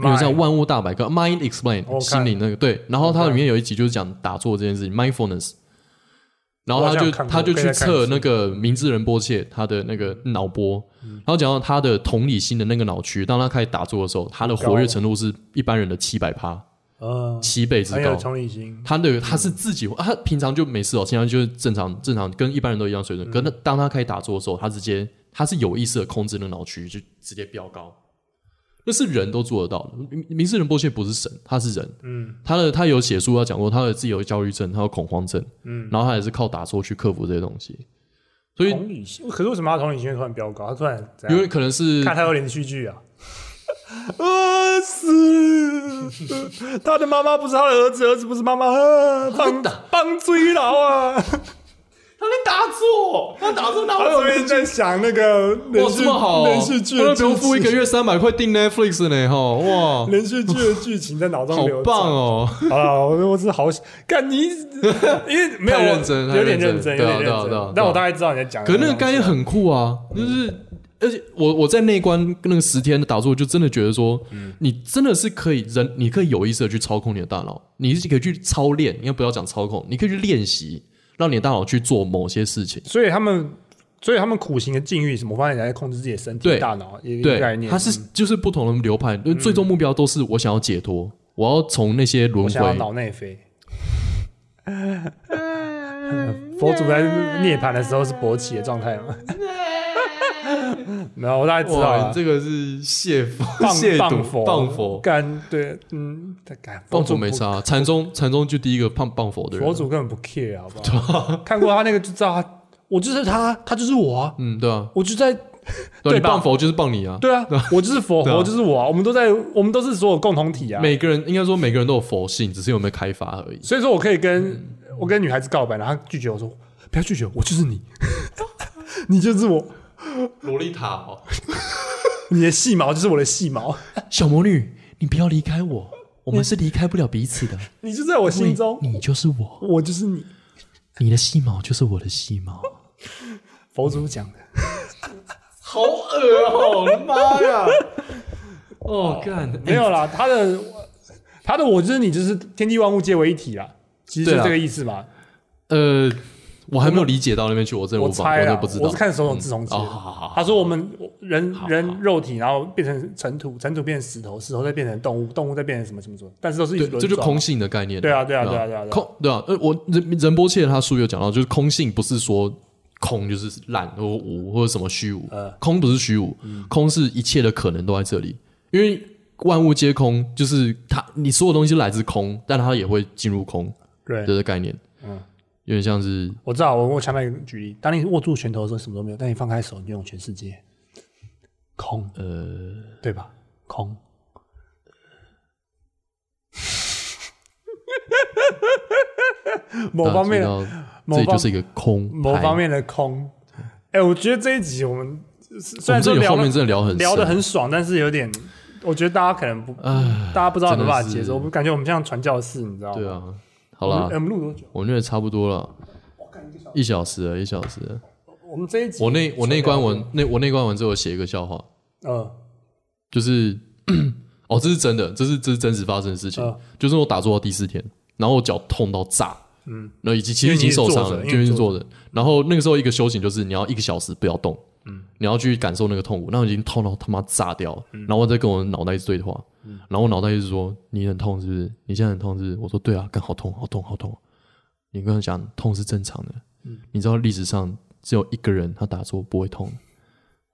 B: 做
A: 有像
B: 嗯卖
A: 《万物大百科》（Mind Explain）
B: 我看
A: 心灵那个对，然后它里面有一集就是讲打坐这件事情 （mindfulness），然后
B: 我好
A: 他
B: 像
A: 就
B: 有看过
A: 他就
B: 我可以再
A: 去
B: 看一
A: 测
B: 次
A: 那个明治仁波切他的那个脑波，
B: 嗯
A: 然后讲到他的同理心的那个脑区，当他开始打坐的时候，他的活跃程度是一般人的七百趴，
B: 嗯，
A: 七倍之
B: 很有
A: 高。
B: 同理心，
A: 他的他
B: 嗯
A: 是自己，啊他平常就没事哦，平常就是正常正常，跟一般人都一样水准。可
B: 嗯
A: 是当他开始打坐的时候，他直接他是有意识的控制那个脑区，就直接飙高。那是人都做得到的，明明世仁波切不是神，他是人。
B: 嗯
A: 他的他有写书，啊他讲过，他有自己有焦虑症，他有恐慌症，
B: 嗯，
A: 然后他也是靠打坐去克服这些东西。所以
B: 同理心。可是为什么他同理心会突然飙高？他突然怎
A: 因
B: 样
A: 为？可能是
B: 看他有连续剧 啊。啊死！ 他的妈妈不是他的儿子，儿子不是妈妈，啊帮帮追牢啊！
A: 他在打坐，他打坐哪
B: 他有边在想那个连
A: 哇
B: 续
A: 这么好、哦，
B: 连续剧
A: 他
B: 的
A: 都不
B: 剧情
A: 用付一个月三百块订 Netflix 呢，哈， 哇，
B: 连续剧的剧情在脑中
A: 好
B: 流转。
A: 棒哦！
B: 好了，我我是好干你，因为没有
A: 太认真
B: 我有点
A: 太认
B: 认
A: 真
B: 真，有点
A: 对啊
B: 认
A: 对啊对啊对啊
B: 真。但我大概知道你在讲。
A: 可是那个概念，很酷啊，就是
B: 嗯
A: 而且我我在那一关那个十天的打坐，就真的觉得说，
B: 嗯
A: 你真的是可以人，你可以有意识的去操控你的大脑，你是可以去操练，应该不要讲操控，你可以去练习，让你的大脑去做某些事情。
B: 所以他们，所以他们苦行的境遇，什么方面来控制自己的身体、
A: 对
B: 大脑，也一个概
A: 对，
B: 念。嗯
A: 它是就是不同的流派，最终目标都是我想要解脱，我要从那些轮
B: 我想要
A: 回。
B: 脑内飞。佛祖在涅槃的时候是勃起的状态吗？没有，我大概知道
A: 哇，
B: 了。
A: 这个是 谢佛
B: 棒
A: 亵
B: 棒
A: 渎
B: 佛，
A: 谤佛，
B: 干对，嗯，他干
A: 谤
B: 主
A: 佛没
B: 不
A: 差。禅宗禅宗就第一个胖谤佛的人啊
B: 佛，祖根本不 care 好不好？ 看过他那个就知道他，我就是他，他就是我啊，
A: 嗯，对啊，
B: 我就在
A: 对啊，
B: 对
A: 你
B: 吧
A: 谤佛就是谤你啊。
B: 对啊，我就是佛，
A: 对啊
B: 佛就是我啊，我们都在，我们都是所有共同体啊。
A: 每个人应该说每个人都有佛性，只是有没有开发而已。
B: 所以说我可以跟
A: 嗯
B: 我跟女孩子告白，然后她拒绝我说不要拒绝我，我就是你， 你就是我，
A: 洛丽塔、哦，
B: 你的细毛就是我的细毛，
A: 小魔女，你不要离开我，我们是离开不了彼此的。
B: 你就在我心中，
A: 嗯 你就是我，
B: 我就是你。
A: 你的细毛就是我的细毛。
B: 佛祖讲的，
A: 好恶哦！我的妈呀！ 哦，干，
B: 没有 啦，他的他的我就是你，就是天地万物皆为一体啦，其实就
A: 对
B: 是
A: 啊
B: 这个意思嘛。
A: 呃，我还没有理解到那边去，我真的
B: 我
A: 无法，我
B: 猜
A: 真的
B: 啦，
A: 不知道。
B: 我是看手冢治虫记的
A: 哦，好好好
B: 他说我们人
A: 好
B: 人肉体，然后变成尘土，尘土变成石头，石头再变成动物，动物再变成什么什么什么，但是都是一直
A: 对，
B: 轮
A: 这就
B: 转
A: 空性的概念。
B: 对啊对啊对啊对啊对啊
A: 空对啊。呃，我仁仁波切他书有讲到，就是空性不是说空就是懒或无或者什么虚无
B: 呃，嗯
A: 空不是虚无，空是一切的可能都在这里，因为万物皆空，就是它你所有东西来自空，但它也会进入空
B: 对
A: 这个概念。
B: 嗯
A: 有点像是
B: 我知道，我我强调一个举例：当你握住拳头的时候，什么都没有；但你放开手，你拥有全世界，空，
A: 呃，
B: 对吧？ 空。某方面
A: 大家
B: 的，
A: 知道
B: 某
A: 这
B: 方
A: 就是一个空牌，
B: 某方面的空。哎、我觉得这一集我们虽
A: 我
B: 然
A: 们这
B: 说
A: 里
B: 聊
A: 后
B: 得
A: 面真的聊很
B: 聊得
A: 深
B: 很爽，但是有点，我觉得大家可能不，大家不知道有没有办法接
A: 真的是
B: 受。我感觉我们像传教士，你知道吗？
A: 对啊。好
B: 我们
A: 啦
B: 哎，我们录多久？
A: 我觉得差不多了，一小时了，一小时了。
B: 我们这一集
A: 我那我那
B: 纯聊
A: 关完那我那关完之后写一个笑话，
B: 呃
A: 就是哦，这是真的，这是这是真实发生的事情，
B: 嗯
A: 就是我打坐到第四天，然后我脚痛到炸，
B: 嗯，
A: 然后以及其实已经受伤了，
B: 因为
A: 就
B: 你
A: 是
B: 是
A: 坐
B: 坐
A: 着，然后那个时候一个修行就是你要一个小时不要动，嗯，你要去感受那个痛苦，那我已经痛到他妈炸掉了，
B: 嗯
A: 然后我在跟我的脑袋一直对话，然后我脑袋一直说你很痛是不是？你现在很痛是不是？我说对啊，干好痛好痛好痛，你跟我讲痛是正常的，
B: 嗯
A: 你知道历史上只有一个人他打坐不会痛，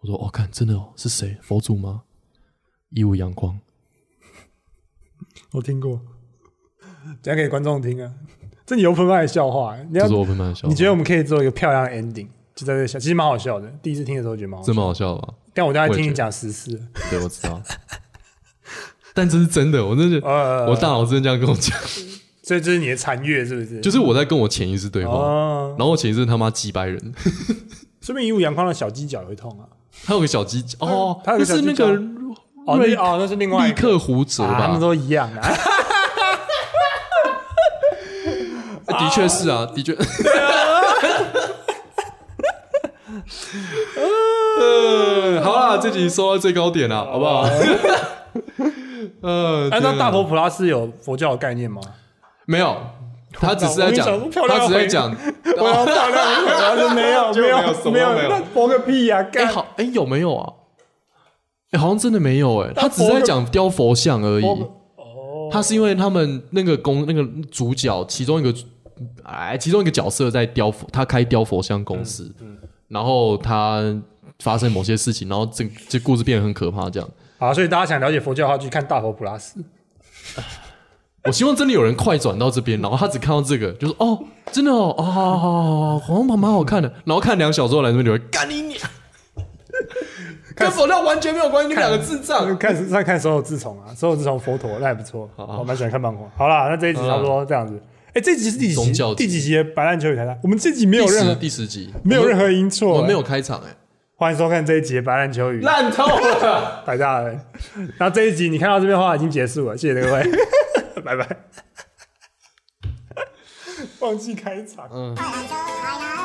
A: 我说哦，看真的哦，是谁？佛祖吗？义务阳光，
B: 我听过，讲给观众听啊。这你 open mind 的笑话、啊你要
A: 这是我分享的笑话，
B: 你觉得我们可以做一个漂亮的 ending，就在这个笑，其实蛮好笑的。第一次听的时候觉得蛮好
A: 这
B: 笑，
A: 么好笑吧？
B: 但我大概
A: 我也
B: 听
A: 觉得
B: 你讲十次了，
A: 对，我知道， 但这是真的，我真的。
B: 呃，
A: 我大脑真的这样跟我讲，
B: 哦所以这是你的残月是不是？
A: 就是我在跟我潜意识对话，
B: 哦，
A: 然后我潜意识他妈几百人，
B: 说明一五阳光的小鸡脚也会痛啊。
A: 他有个小鸡哦，
B: 他有
A: 那
B: 个小
A: 是
B: 鸡
A: 那个
B: 哦，
A: 瑞
B: 那哦，那是另外一
A: 立
B: 个
A: 刻胡哲
B: 啊，他
A: 吧
B: 们？都一样啊。
A: 的确是啊，的确。 呃好啦，这集收到最高点了，好不 好？呃，
B: 哎，那
A: 天啊
B: 大佛普拉斯有佛教的概念吗？
A: 没有，他只是在讲
B: 我跟你讲漂，亮
A: 他只是在
B: 回
A: 讲。
B: 我要漂亮，我要是没有
A: 就
B: 啊没
A: 没有什么
B: 有
A: 都
B: 没
A: 没有
B: 那佛个屁呀！
A: 哎，
B: 干
A: 好，哎，有没有啊？哎，好像真的没有哎，他只是在讲雕佛像而已。
B: 佛哦，哦，
A: 他是因为他们那个公那个主角其中一个，哎，其中一个角色在雕佛，他开雕佛像公司，然后他发生某些事情，然后这这故事变得很可怕。这样，
B: 好，啊所以大家想了解佛教的话，去看《大佛普拉斯》。
A: 我希望真的有人快转到这边，然后他只看到这个，就说哦，真的哦，哦，好好好好好，好像蛮蛮好看的。然后看两小时后来这边留言，干你 娘！跟佛教完全没有关系，你们两个智障。
B: 看上看手有自从啊，手有自从佛陀那还不错，
A: 好
B: 我蛮喜欢看漫画。好啦，那这一集差不多这样子。哎，这集是第几
A: 宗
B: 集？
A: 教
B: 第几集的白烂球与台大？我们这集没有
A: 第
B: 任
A: 十
B: 何
A: 第十集
B: 没有任
A: 何，
B: 何音
A: 我
B: 错，
A: 们没
B: 哎
A: 有开场哎，
B: 欢迎收看这一集的白烂球与
A: 烂透了。
B: 台大人。那这一集你看到这边的话已经结束了，谢谢 各位，拜拜。忘记开场。
A: 嗯。
D: 快篮球，快篮。